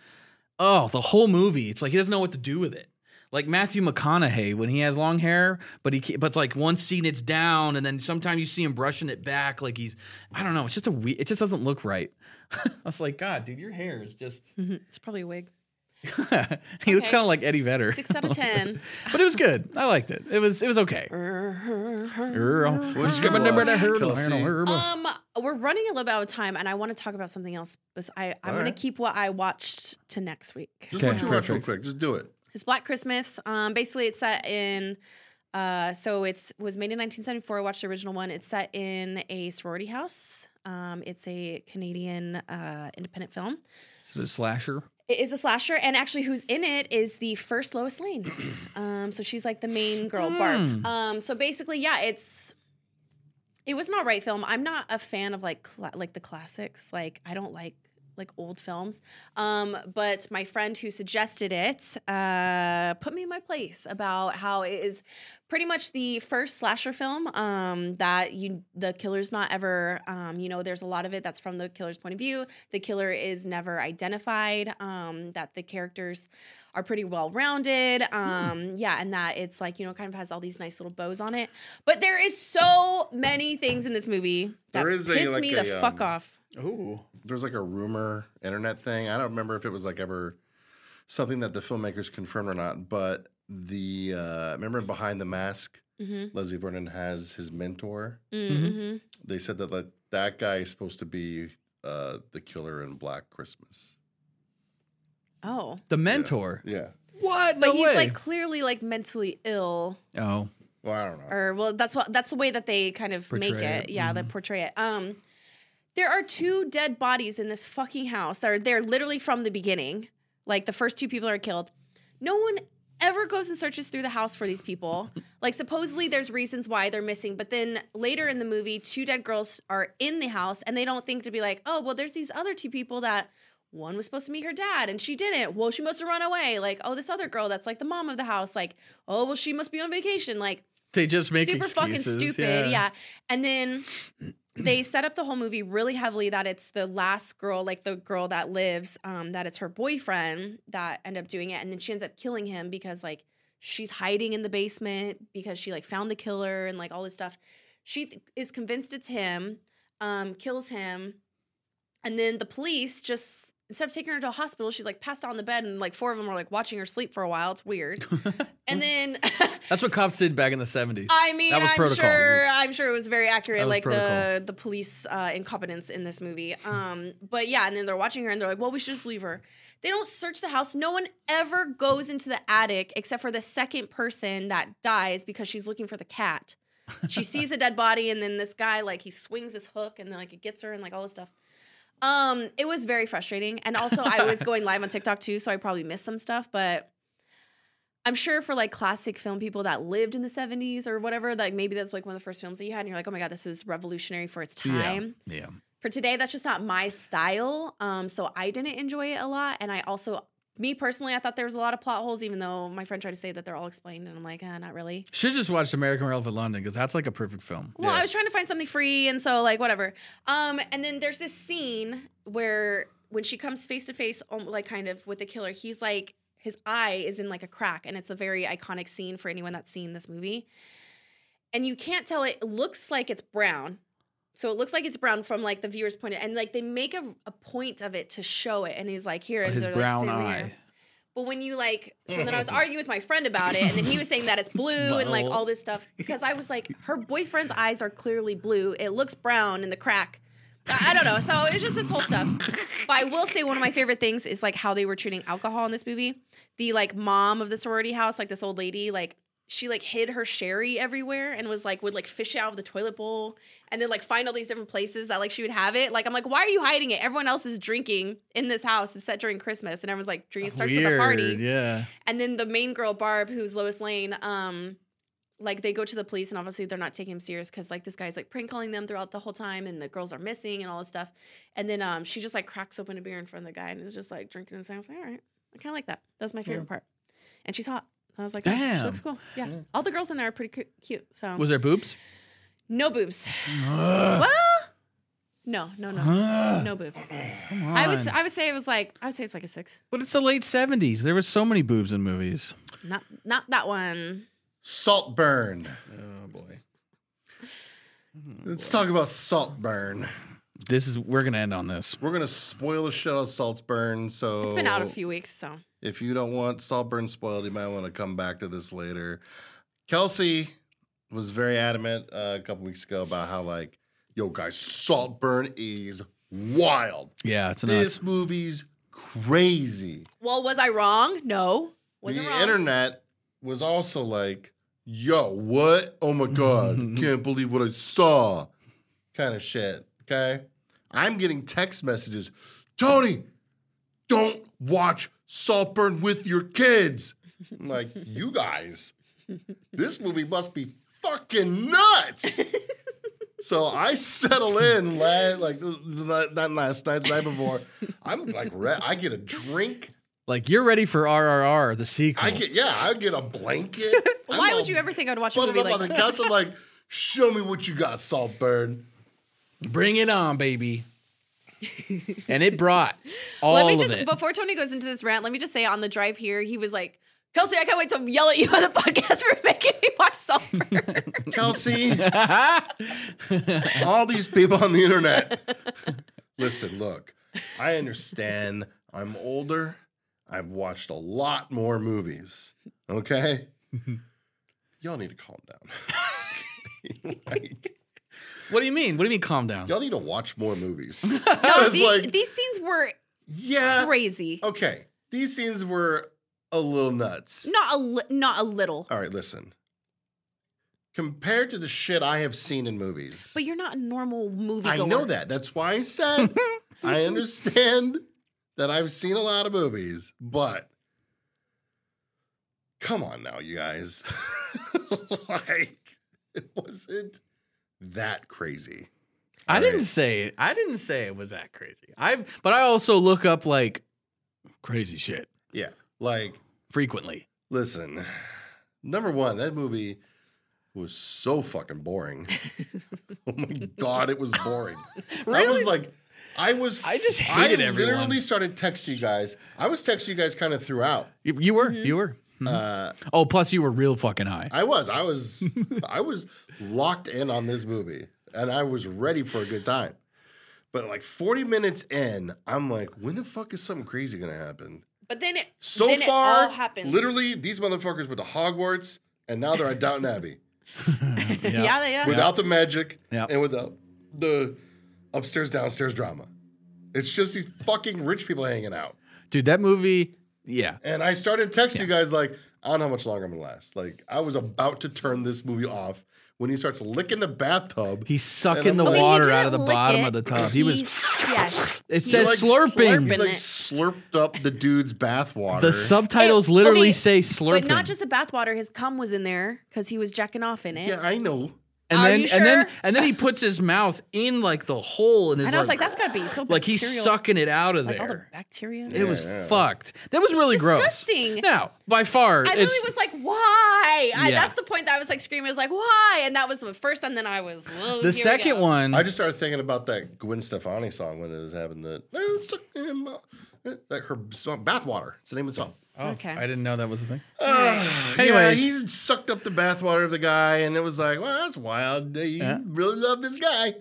Speaker 1: oh the whole movie. It's like he doesn't know what to do with it. Like Matthew McConaughey when he has long hair, but he ca- but like one scene it's down, and then sometimes you see him brushing it back, like he's I don't know. It's just a we- it just doesn't look right. I was like, God, dude, your hair is just.
Speaker 3: Mm-hmm. It's probably a wig.
Speaker 1: he looks
Speaker 3: Okay,
Speaker 1: kind of
Speaker 3: s-
Speaker 1: like Eddie Vedder.
Speaker 3: Six out of ten.
Speaker 1: but it was good. I liked it. It was it was okay.
Speaker 2: What's your blush, Kelsey?
Speaker 3: Um, we're running a little bit out of time, and I want to talk about something else. bes- I, I'm going
Speaker 2: right.
Speaker 3: to keep what I watched to next week.
Speaker 2: Just watch
Speaker 1: Okay,
Speaker 2: your watch real
Speaker 1: perfect.
Speaker 2: quick. Just do it.
Speaker 3: It's Black Christmas. Um, basically, it's set in. Uh, so it's was made in 1974. I watched the original one. It's set in a sorority house. Um, it's a Canadian uh, independent film.
Speaker 1: So the slasher.
Speaker 3: It is a slasher, and actually, who's in it is the first Lois Lane. Um, so she's like the main girl, Barb.
Speaker 1: Mm.
Speaker 3: Um, so basically, yeah, it's it was an alright film. I'm not a fan of like cla like the classics. Like I don't like like old films. Um, but my friend who suggested it uh, put me in my place about how it is pretty much the first slasher film um, that you the killer's not ever um, you know there's a lot of it that's from the killer's point of view the killer is never identified um, that the characters are pretty well rounded
Speaker 2: Hmm.
Speaker 3: um, yeah and that it's like you know kind of has all these nice little bows on it but there is so many things in this movie that
Speaker 2: There is a,
Speaker 3: piss
Speaker 2: like,
Speaker 3: me
Speaker 2: a,
Speaker 3: the fuck
Speaker 2: um,
Speaker 3: off
Speaker 1: Ooh.
Speaker 2: There's like a rumor internet thing. I don't remember if it was like ever something that the filmmakers confirmed or not, but the uh remember in behind the mask,
Speaker 3: hmm
Speaker 2: Leslie Vernon has his mentor.
Speaker 3: Mm-hmm.
Speaker 2: They said that like, that guy is supposed to be uh the killer in Black Christmas.
Speaker 3: oh
Speaker 1: The mentor.
Speaker 2: Yeah.
Speaker 1: What?
Speaker 3: but
Speaker 1: No
Speaker 3: he's
Speaker 1: way.
Speaker 3: like clearly like mentally ill
Speaker 1: oh,
Speaker 2: Well, I don't know.
Speaker 3: or well that's what that's the way that they kind of make
Speaker 1: Portray
Speaker 3: it
Speaker 1: it,
Speaker 3: yeah they portray it um there are two dead bodies in this fucking house that are there literally from the beginning like the first two people are killed no one ever goes and searches through the house for these people like supposedly there's reasons why they're missing but then later in the movie two dead girls are in the house and they don't think to be like oh well there's these other two people that one was supposed to meet her dad and she didn't. Well, she must have run away. Like, oh, this other girl that's like the mom of the house. Like, oh, well, she must be on vacation. Like,
Speaker 1: they just make
Speaker 3: super
Speaker 1: excuses,
Speaker 3: fucking stupid. Yeah. And then they set up the whole movie really heavily that it's the last girl, like the girl that lives, um, that it's her boyfriend that end up doing it. And then she ends up killing him because like she's hiding in the basement because she like found the killer and like all this stuff. She th- is convinced it's him, um, kills him. And then the police just instead of taking her to a hospital, she's like passed out on the bed and like four of them are like watching her sleep for a while. It's weird. and then
Speaker 1: That's what cops did back in the '70s.
Speaker 3: I mean,
Speaker 1: That was
Speaker 3: I'm
Speaker 1: protocol.
Speaker 3: sure
Speaker 1: It was-
Speaker 3: I'm sure it was very accurate,
Speaker 1: That was
Speaker 3: like the
Speaker 1: protocol.
Speaker 3: the police uh, incompetence in this movie. Um, but yeah, and then they're watching her and they're like, "Well, we should just leave her." They don't search the house. No one ever goes into the attic except for the second person that dies because she's looking for the cat. She sees a dead body, and then this guy like he swings his hook, and then like it gets her, and like all this stuff. Um, it was very frustrating, and also I was going live on TikTok too, so I probably missed some stuff, but I'm sure for like classic film people that lived in the 70s or whatever, like maybe that's like one of the first films that you had, and you're like, oh my god, this was revolutionary for its time.
Speaker 1: Yeah.
Speaker 3: For today, that's just not my style. Um, so I didn't enjoy it a lot, and I also, me personally, I thought there was a lot of plot holes, even though my friend tried to say that they're all explained, and I'm like, ah, not really.
Speaker 1: Should just watch American Relevant London because that's like a perfect film.
Speaker 3: Well,
Speaker 2: Yeah.
Speaker 3: I was trying to find something free, and so like whatever. Um, and then there's this scene where when she comes face to face, um, like kind of with the killer, he's like his eye is in like a crack, and it's a very iconic scene for anyone that's seen this movie. And you can't tell it looks like it's brown. So it looks like it's brown from like the viewer's point of, and like they make a, a point of it to show it, and he's like here, and
Speaker 1: Oh, His
Speaker 3: they're, like,
Speaker 1: brown
Speaker 3: sitting there.
Speaker 1: eye.
Speaker 3: But when you like, so then I was arguing with my friend about it, and then he was saying that it's blue and like
Speaker 1: Well.
Speaker 3: all this stuff because I was like, her boyfriend's eyes are clearly blue. It looks brown in the crack. I I don't know. So it's just this whole stuff. But I will say one of my favorite things is like how they were treating alcohol in this movie. The like mom of the sorority house, like this old lady, like she like hid her sherry everywhere and was like would like fish it out of the toilet bowl and then like find all these different places that like she would have it. Like I'm like, why are you hiding it? Everyone else is drinking in this house. It's set during Christmas, and everyone's like, drinking starts with a party.
Speaker 1: Weird, Yeah.
Speaker 3: And then the main girl, Barb, who's Lois Lane, um, like they go to the police and obviously they're not taking him serious because like this guy's like prank calling them throughout the whole time and the girls are missing and all this stuff. And then um she just like cracks open a beer in front of the guy and is just like drinking and I was like, all right, I kinda like that. That was my favorite part. And she's hot. I was like, oh, she
Speaker 1: Damn.
Speaker 3: looks cool. Yeah. All the girls in there are pretty cu- cute. So
Speaker 1: Was there boobs?
Speaker 3: no boobs.
Speaker 1: Ugh.
Speaker 3: well no, no, no.
Speaker 1: Ugh.
Speaker 3: No boobs.
Speaker 1: Come on.
Speaker 3: I would s- I would say it was like I would say it's like a six.
Speaker 1: but it's the late seventies. There was so many boobs in movies.
Speaker 3: Not not that one.
Speaker 2: Saltburn.
Speaker 1: Oh boy.
Speaker 2: Let's talk about Saltburn.
Speaker 1: This is we're gonna end on this.
Speaker 2: We're gonna spoil the shit out of Saltburn. So
Speaker 3: It's been
Speaker 1: Oh.
Speaker 3: out a few weeks, so
Speaker 2: If you don't want Saltburn spoiled, you might want to come back to this later. Kelsey was very adamant uh, a couple weeks ago about how like, yo guys, Saltburn is wild.
Speaker 1: Yeah, it's nuts.
Speaker 2: This movie's crazy.
Speaker 3: Well, was I wrong? No.
Speaker 2: the
Speaker 3: Wasn't wrong.
Speaker 2: internet was also like, yo, what? Oh my God, can't believe what I saw. Kind of shit. Okay. I'm getting text messages. Tony, don't watch Saltburn with your kids. I'm like, you guys, this movie must be fucking nuts. So I settle in la- like th- th- not last night, the night before. I'm like, re- I get a drink.
Speaker 1: like you're ready for RRR, the sequel.
Speaker 2: I get yeah, I'd get a blanket. I'm
Speaker 3: Why
Speaker 2: all
Speaker 3: would you ever think I'd watch a
Speaker 2: Buttled
Speaker 3: movie
Speaker 2: up
Speaker 3: like
Speaker 2: on the
Speaker 3: that?
Speaker 2: couch, I'm like, show me what you got, Saltburn.
Speaker 1: Bring it on, baby. and it brought all
Speaker 3: Let me
Speaker 1: of
Speaker 3: just
Speaker 1: it.
Speaker 3: before Tony goes into this rant, let me just say on the drive here, he was like, Kelsey, I can't wait to yell at you on the podcast for making me watch Sulfur.
Speaker 2: Kelsey, all these people on the internet. Listen, look, I understand I'm older. I've watched a lot more movies. Okay? Y'all need to calm down. Like,
Speaker 1: what do you mean? What do you mean? Calm down.
Speaker 2: y'all need to watch more movies.
Speaker 3: no,
Speaker 2: It's
Speaker 3: these,
Speaker 2: like- uh, oh,
Speaker 3: these scenes were
Speaker 2: Yeah.
Speaker 3: crazy.
Speaker 2: Okay. These scenes were a little nuts.
Speaker 3: Not a li- not a little.
Speaker 2: All right, listen. Compared to the shit I have seen in movies,
Speaker 3: But you're not a normal movie.
Speaker 2: I know that. That's why I said I understand that I've seen a lot of movies, but come on now, you guys. like, it wasn't that crazy.
Speaker 1: I
Speaker 2: All
Speaker 1: didn't
Speaker 2: right.
Speaker 1: say I didn't say it was that crazy. I but I also look up like crazy shit
Speaker 2: Yeah. Like,
Speaker 1: frequently.
Speaker 2: Listen, number one, that movie was so fucking boring. oh my god, it was boring. I was
Speaker 1: Really?
Speaker 2: like, I was.
Speaker 1: I just hated
Speaker 2: I
Speaker 1: everyone.
Speaker 2: literally started texting you guys. I was texting you guys kind of throughout.
Speaker 1: You, you were
Speaker 3: Mm-hmm.
Speaker 1: you were.
Speaker 2: Uh,
Speaker 1: Oh, plus you were real fucking high.
Speaker 2: I was, I was, I was locked in on this movie, and I was ready for a good time. But like 40 minutes in, I'm like, when the fuck is something crazy gonna happen?
Speaker 3: But then it
Speaker 2: So
Speaker 3: then
Speaker 2: far,
Speaker 3: it all happens.
Speaker 2: literally, these motherfuckers went to Hogwarts, and now they're at Downton Abbey.
Speaker 3: Yeah, yeah. they- yeah.
Speaker 2: without the magic
Speaker 1: Yeah.
Speaker 2: and without the upstairs downstairs drama. It's just these fucking rich people hanging out.
Speaker 1: Dude, that movie, yeah.
Speaker 2: And I started texting you guys like, I don't know how much longer I'm gonna last. Like I was about to turn this movie off when he starts licking the bathtub.
Speaker 1: He's sucking the
Speaker 2: Well,
Speaker 3: he
Speaker 1: water out
Speaker 3: didn't
Speaker 1: of the
Speaker 3: lick
Speaker 1: bottom
Speaker 3: it.
Speaker 1: of the tub. He was.
Speaker 3: yes.
Speaker 1: It
Speaker 3: He
Speaker 1: says
Speaker 3: was
Speaker 1: slurping.
Speaker 2: He's
Speaker 1: Been
Speaker 2: like
Speaker 3: it.
Speaker 2: slurped up the dude's bathwater.
Speaker 1: The subtitles
Speaker 3: It-
Speaker 1: literally
Speaker 3: okay,
Speaker 1: say slurping.
Speaker 3: But not just the bathwater. His cum was in there because he was jacking off in it.
Speaker 2: Yeah, I know.
Speaker 1: and
Speaker 3: Are
Speaker 1: then
Speaker 3: you
Speaker 1: and then
Speaker 3: sure?
Speaker 1: and then he puts his mouth in like the hole and is
Speaker 3: and I was like, that's gotta be so
Speaker 1: like he's
Speaker 3: bacterial.
Speaker 1: sucking it out of
Speaker 3: Like all the
Speaker 1: there.
Speaker 3: bacteria.
Speaker 1: It was
Speaker 2: Yeah.
Speaker 1: fucked. That was really
Speaker 3: Disgusting.
Speaker 1: gross. Now, by far,
Speaker 3: I
Speaker 1: it's
Speaker 3: literally was like, why? I,
Speaker 1: Yeah.
Speaker 3: that's the point that I was like screaming. I was like, why? And that was the first, and then I was "Oh, here
Speaker 1: the
Speaker 3: we
Speaker 1: second
Speaker 3: go."
Speaker 1: one.
Speaker 2: I just started thinking about that Gwen Stefani song when it was happening. That "Eh, suck me in my-" Eh, that her song, bathwater. It's the name of the song.
Speaker 3: okay.
Speaker 1: oh, I didn't know that was a thing.
Speaker 2: Anyways,
Speaker 1: Anyways.
Speaker 2: yeah, uh, he sucked up the bathwater of the guy, and it was like, well, that's wild. You
Speaker 1: Yeah.
Speaker 2: really love this guy.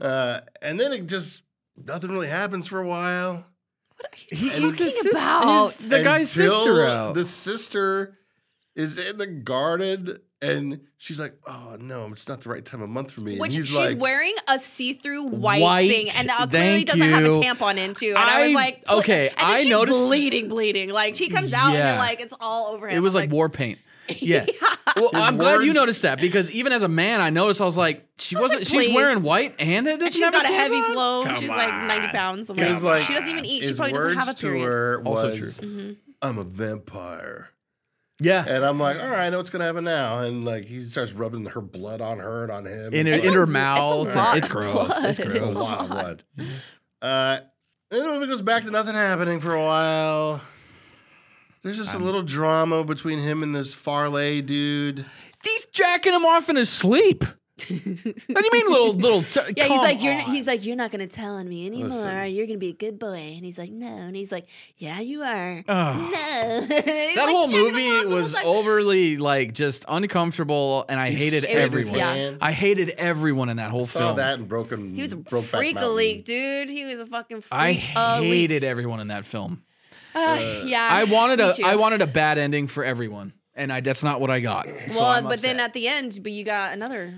Speaker 2: Uh, and then it just nothing really happens for a while.
Speaker 1: He
Speaker 2: And
Speaker 1: eats his sis-
Speaker 3: talking about?
Speaker 1: his- the guy's
Speaker 2: Until
Speaker 1: sister out.
Speaker 2: The sister is in the garden, and she's like, "Oh no, it's not the right time of month for me."
Speaker 3: Which
Speaker 2: and he's
Speaker 3: she's
Speaker 2: like,
Speaker 3: wearing a see-through white,
Speaker 1: White,
Speaker 3: thing, and that clearly
Speaker 1: thank
Speaker 3: doesn't have a
Speaker 1: you.
Speaker 3: tampon into. And I, was
Speaker 1: I-
Speaker 3: like,
Speaker 1: okay,
Speaker 3: and then
Speaker 1: I
Speaker 3: she's
Speaker 1: noticed-
Speaker 3: bleeding, bleeding. Like she comes out, and
Speaker 1: Yeah.
Speaker 3: then like it's all over him.
Speaker 1: It was
Speaker 3: I'm
Speaker 1: like war paint. Yeah. Well,
Speaker 2: His
Speaker 1: I'm glad you
Speaker 2: words-
Speaker 1: noticed that because even as a man, I noticed I was like, she
Speaker 3: was
Speaker 1: wasn't.
Speaker 3: like,
Speaker 1: she's
Speaker 3: please.
Speaker 1: wearing white, and it doesn't
Speaker 3: and she's
Speaker 1: have
Speaker 3: got a
Speaker 1: tape
Speaker 3: heavy
Speaker 1: on?
Speaker 3: flow.
Speaker 1: Come
Speaker 3: she's like
Speaker 1: on.
Speaker 3: 90 pounds. I'm
Speaker 2: He's
Speaker 3: like,
Speaker 2: like,
Speaker 3: she doesn't even eat. She
Speaker 2: his
Speaker 3: probably doesn't have a
Speaker 2: words to
Speaker 3: period. Mm-hmm.
Speaker 2: her
Speaker 1: Also
Speaker 2: was,
Speaker 1: true.
Speaker 2: "I'm a vampire."
Speaker 1: Yeah,
Speaker 2: And I'm like, all right, I know what's gonna happen now. And like he starts rubbing her blood on her and on him.
Speaker 1: in her,
Speaker 3: It's
Speaker 1: in
Speaker 3: a-
Speaker 1: her
Speaker 3: it's a
Speaker 1: mouth.
Speaker 3: lot
Speaker 1: It's
Speaker 3: of
Speaker 1: gross. It's gross.
Speaker 3: blood.
Speaker 2: a
Speaker 3: It's
Speaker 2: lot of blood. Uh, and then it goes back to nothing happening for a while. There's just a little drama between him and this Farley dude.
Speaker 1: He's jacking him off in his sleep. what do you mean, little little? T-
Speaker 3: Yeah,
Speaker 1: come
Speaker 3: he's like, you're.
Speaker 1: on.
Speaker 3: He's like, you're not gonna tell on me anymore.
Speaker 2: Listen.
Speaker 3: You're gonna be a good boy. And he's like, no. And he's like, yeah, you are.
Speaker 1: Ugh.
Speaker 3: No. that
Speaker 1: That whole movie was overly like just uncomfortable, and I hated
Speaker 3: It was-
Speaker 1: everyone.
Speaker 3: yeah.
Speaker 1: I hated everyone in that whole
Speaker 2: Saw
Speaker 1: film.
Speaker 2: that and broken.
Speaker 3: He was a
Speaker 2: Brokeback
Speaker 3: freak a
Speaker 2: Mountain.
Speaker 3: leak, dude. He was a fucking freak.
Speaker 1: I
Speaker 3: a leak.
Speaker 1: hated everyone in that film.
Speaker 3: Uh, yeah.
Speaker 1: I wanted
Speaker 3: me
Speaker 1: a
Speaker 3: too.
Speaker 1: I wanted a bad ending for everyone, and I that's not what I got. So
Speaker 3: well,
Speaker 1: I'm
Speaker 3: but then
Speaker 1: upset.
Speaker 3: at the end, but you got another.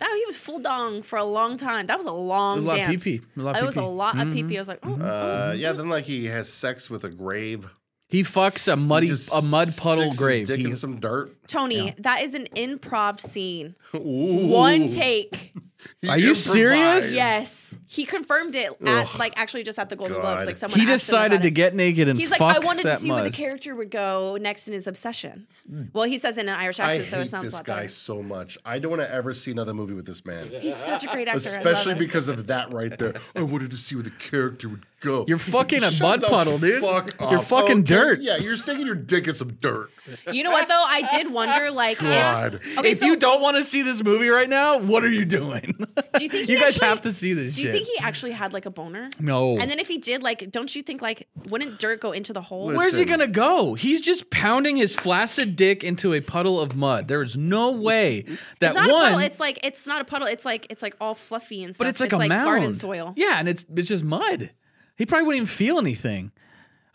Speaker 3: That he was full dong for a long time. That was a long.
Speaker 1: It was a lot of
Speaker 3: dance.
Speaker 1: pee-pee. A lot of
Speaker 3: It was a
Speaker 1: pee-pee. Mm-hmm.
Speaker 3: lot of pee pee. I was like, oh,
Speaker 2: Uh, yeah, then like he has sex with a grave.
Speaker 1: he fucks a muddy
Speaker 2: He just
Speaker 1: a mud
Speaker 2: sticks
Speaker 1: puddle
Speaker 2: his
Speaker 1: grave.
Speaker 2: Dick in
Speaker 1: He's,
Speaker 2: some dirt.
Speaker 3: Tony, that is an improv scene.
Speaker 2: Ooh.
Speaker 3: One take.
Speaker 2: He
Speaker 1: Are you
Speaker 2: improvised.
Speaker 1: serious?
Speaker 3: Yes, he confirmed it at like actually just at the Golden
Speaker 2: God.
Speaker 3: Globes. Like someone
Speaker 1: he
Speaker 3: asked him
Speaker 1: decided
Speaker 3: about
Speaker 1: to
Speaker 3: it.
Speaker 1: get naked and
Speaker 3: He's
Speaker 1: fuck
Speaker 3: like, I wanted to
Speaker 1: that Hmm.
Speaker 3: see
Speaker 1: mud.
Speaker 3: where the character would go next in his obsession. Well, he says it in an Irish
Speaker 2: I
Speaker 3: accent, so it
Speaker 2: hate
Speaker 3: sounds a
Speaker 2: this
Speaker 3: lot
Speaker 2: guy
Speaker 3: better.
Speaker 2: so much. I don't want to ever see another movie with this man.
Speaker 3: He's such a great actor. I love
Speaker 2: Especially
Speaker 3: him.
Speaker 2: because of that right there. I wanted to see where the character would go.
Speaker 1: You're fucking a
Speaker 2: Shut
Speaker 1: mud
Speaker 2: the
Speaker 1: puddle, dude.
Speaker 2: fuck
Speaker 1: You're
Speaker 2: up.
Speaker 1: fucking
Speaker 2: Okay,
Speaker 1: dirt.
Speaker 2: Yeah, you're sticking your dick in some dirt.
Speaker 3: you know what though, I did wonder like if
Speaker 2: God.
Speaker 3: okay,
Speaker 1: if
Speaker 3: so
Speaker 1: you don't want to see this movie right now, what are you doing?
Speaker 3: do you think
Speaker 1: you
Speaker 3: he
Speaker 1: guys
Speaker 3: actually-
Speaker 1: have to see this
Speaker 3: Do
Speaker 1: shit.
Speaker 3: you think he actually had like a boner?
Speaker 1: no.
Speaker 3: And then if he did, like, don't you think like wouldn't dirt go into the hole?
Speaker 2: Listen.
Speaker 1: Where's he gonna go? He's just pounding his flaccid dick into a puddle of mud. There is no way that
Speaker 3: It's
Speaker 1: one.
Speaker 3: not a puddle. It's like it's not a puddle. It's like it's like all fluffy and stuff.
Speaker 1: but it's like a mound.
Speaker 3: garden soil.
Speaker 1: Yeah, and it's it's just mud. He probably wouldn't even feel anything.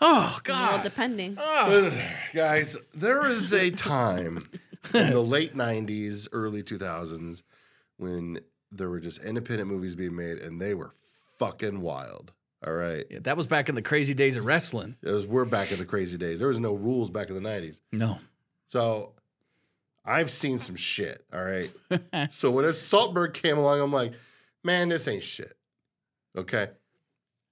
Speaker 1: Oh
Speaker 3: Well,
Speaker 1: god.
Speaker 3: depending.
Speaker 2: Guys, there is a time in the late 90s, early 2000s when there were just independent movies being made and they were fucking wild. All right.
Speaker 1: Yeah, that was back in the crazy days of wrestling.
Speaker 2: It was, we're back in the crazy days. There was no rules back in the 90s.
Speaker 1: No.
Speaker 2: So I've seen some shit. All right. so when if Saltberg came along, I'm like, man, this ain't shit. Okay.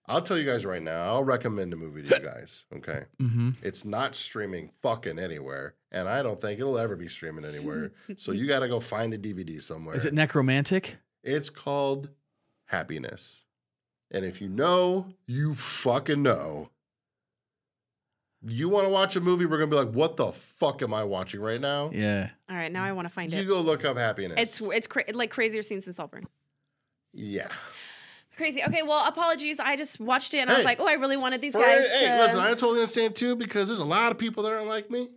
Speaker 2: I'll tell you guys right now, I'll recommend a movie to you guys. Okay.
Speaker 1: Mm-hmm.
Speaker 2: It's not streaming fucking anywhere. And I don't think it'll ever be streaming anywhere. so you got to go find a DVD somewhere.
Speaker 1: Is it necromantic?
Speaker 2: it's called Happiness. And if you know, you fucking know. You want to watch a movie, we're going to be like, what the fuck am I watching right now?
Speaker 1: Yeah.
Speaker 3: All right, now I want to find
Speaker 2: You
Speaker 3: it.
Speaker 2: go look up happiness.
Speaker 3: It's it's cra- like crazier scenes in Saltburn.
Speaker 2: yeah.
Speaker 3: Crazy. Okay, well, apologies. I just watched it and I was
Speaker 2: Hey.
Speaker 3: like, oh, I really wanted these
Speaker 2: For-
Speaker 3: guys. um,
Speaker 2: hey,
Speaker 3: to...
Speaker 2: listen, I totally understand too because there's a lot of people that aren't like me,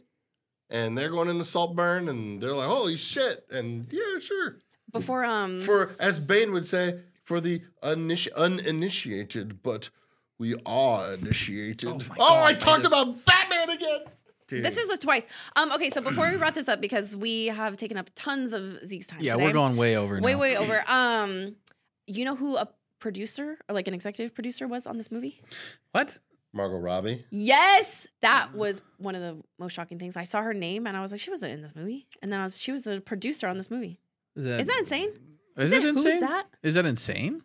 Speaker 2: and they're going into Saltburn and they're like, "Holy shit!" And yeah, sure.
Speaker 3: before um.
Speaker 2: For as Bane would say, for the initi- uninitiated, but we are initiated. Oh, I talked about Batman again.
Speaker 3: This is a twice. Um, okay, so before we wrap this up, because we have taken up tons of Zeke's time.
Speaker 1: Yeah,
Speaker 3: today.
Speaker 1: we're going way over
Speaker 3: way
Speaker 1: now.
Speaker 3: way over. Um, you know who a producer or like an executive producer was on this movie?
Speaker 1: What?
Speaker 2: Margot Robbie.
Speaker 3: Yes, that was one of the most shocking things. I saw her name and I was like, she wasn't in this movie. And then I was, she was the producer on this movie.
Speaker 1: Is that,
Speaker 3: Isn't that insane?
Speaker 1: is
Speaker 3: Isn't
Speaker 1: it
Speaker 3: who's
Speaker 1: insane?
Speaker 3: that?
Speaker 1: Is that insane?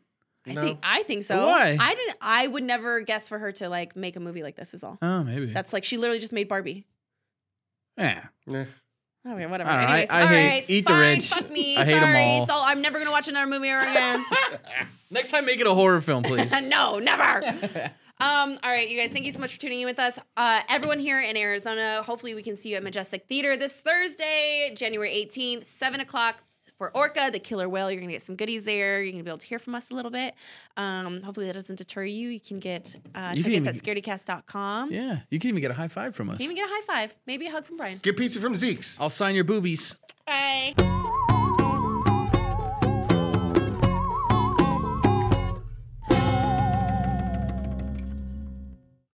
Speaker 3: I
Speaker 2: No.
Speaker 3: think I think so.
Speaker 1: Why?
Speaker 3: I didn't. I would never guess for her to like make a movie like this. Is all.
Speaker 1: Oh, maybe.
Speaker 3: That's like she literally just made Barbie.
Speaker 1: yeah.
Speaker 2: Nah.
Speaker 3: Okay, whatever.
Speaker 1: All right,
Speaker 3: Anyways,
Speaker 1: I
Speaker 3: all
Speaker 1: hate-
Speaker 3: right,
Speaker 1: eat the
Speaker 3: fine,
Speaker 1: rich.
Speaker 3: Fuck me.
Speaker 1: I hate 'em
Speaker 3: Sorry.
Speaker 1: all.
Speaker 3: So I'm never gonna watch another movie ever again.
Speaker 1: Next time, make it a horror film, please.
Speaker 3: Uh, no, never. Um, all right, you guys, thank you so much for tuning in with us. Uh, everyone here in Arizona, hopefully we can see you at Majestic Theater this Thursday, January 18th, 7 o'clock for Orca, the killer whale. You're going to get some goodies there. You're going to be able to hear from us a little bit. Um, hopefully that doesn't deter you. You can get uh,
Speaker 1: You can
Speaker 3: tickets
Speaker 1: even
Speaker 3: at scaredycast.com. You
Speaker 1: yeah, you can even get a high five from us.
Speaker 3: can even get a high five, maybe a hug from Brian.
Speaker 2: Get pizza from Zeke's.
Speaker 1: I'll sign your boobies.
Speaker 3: Bye.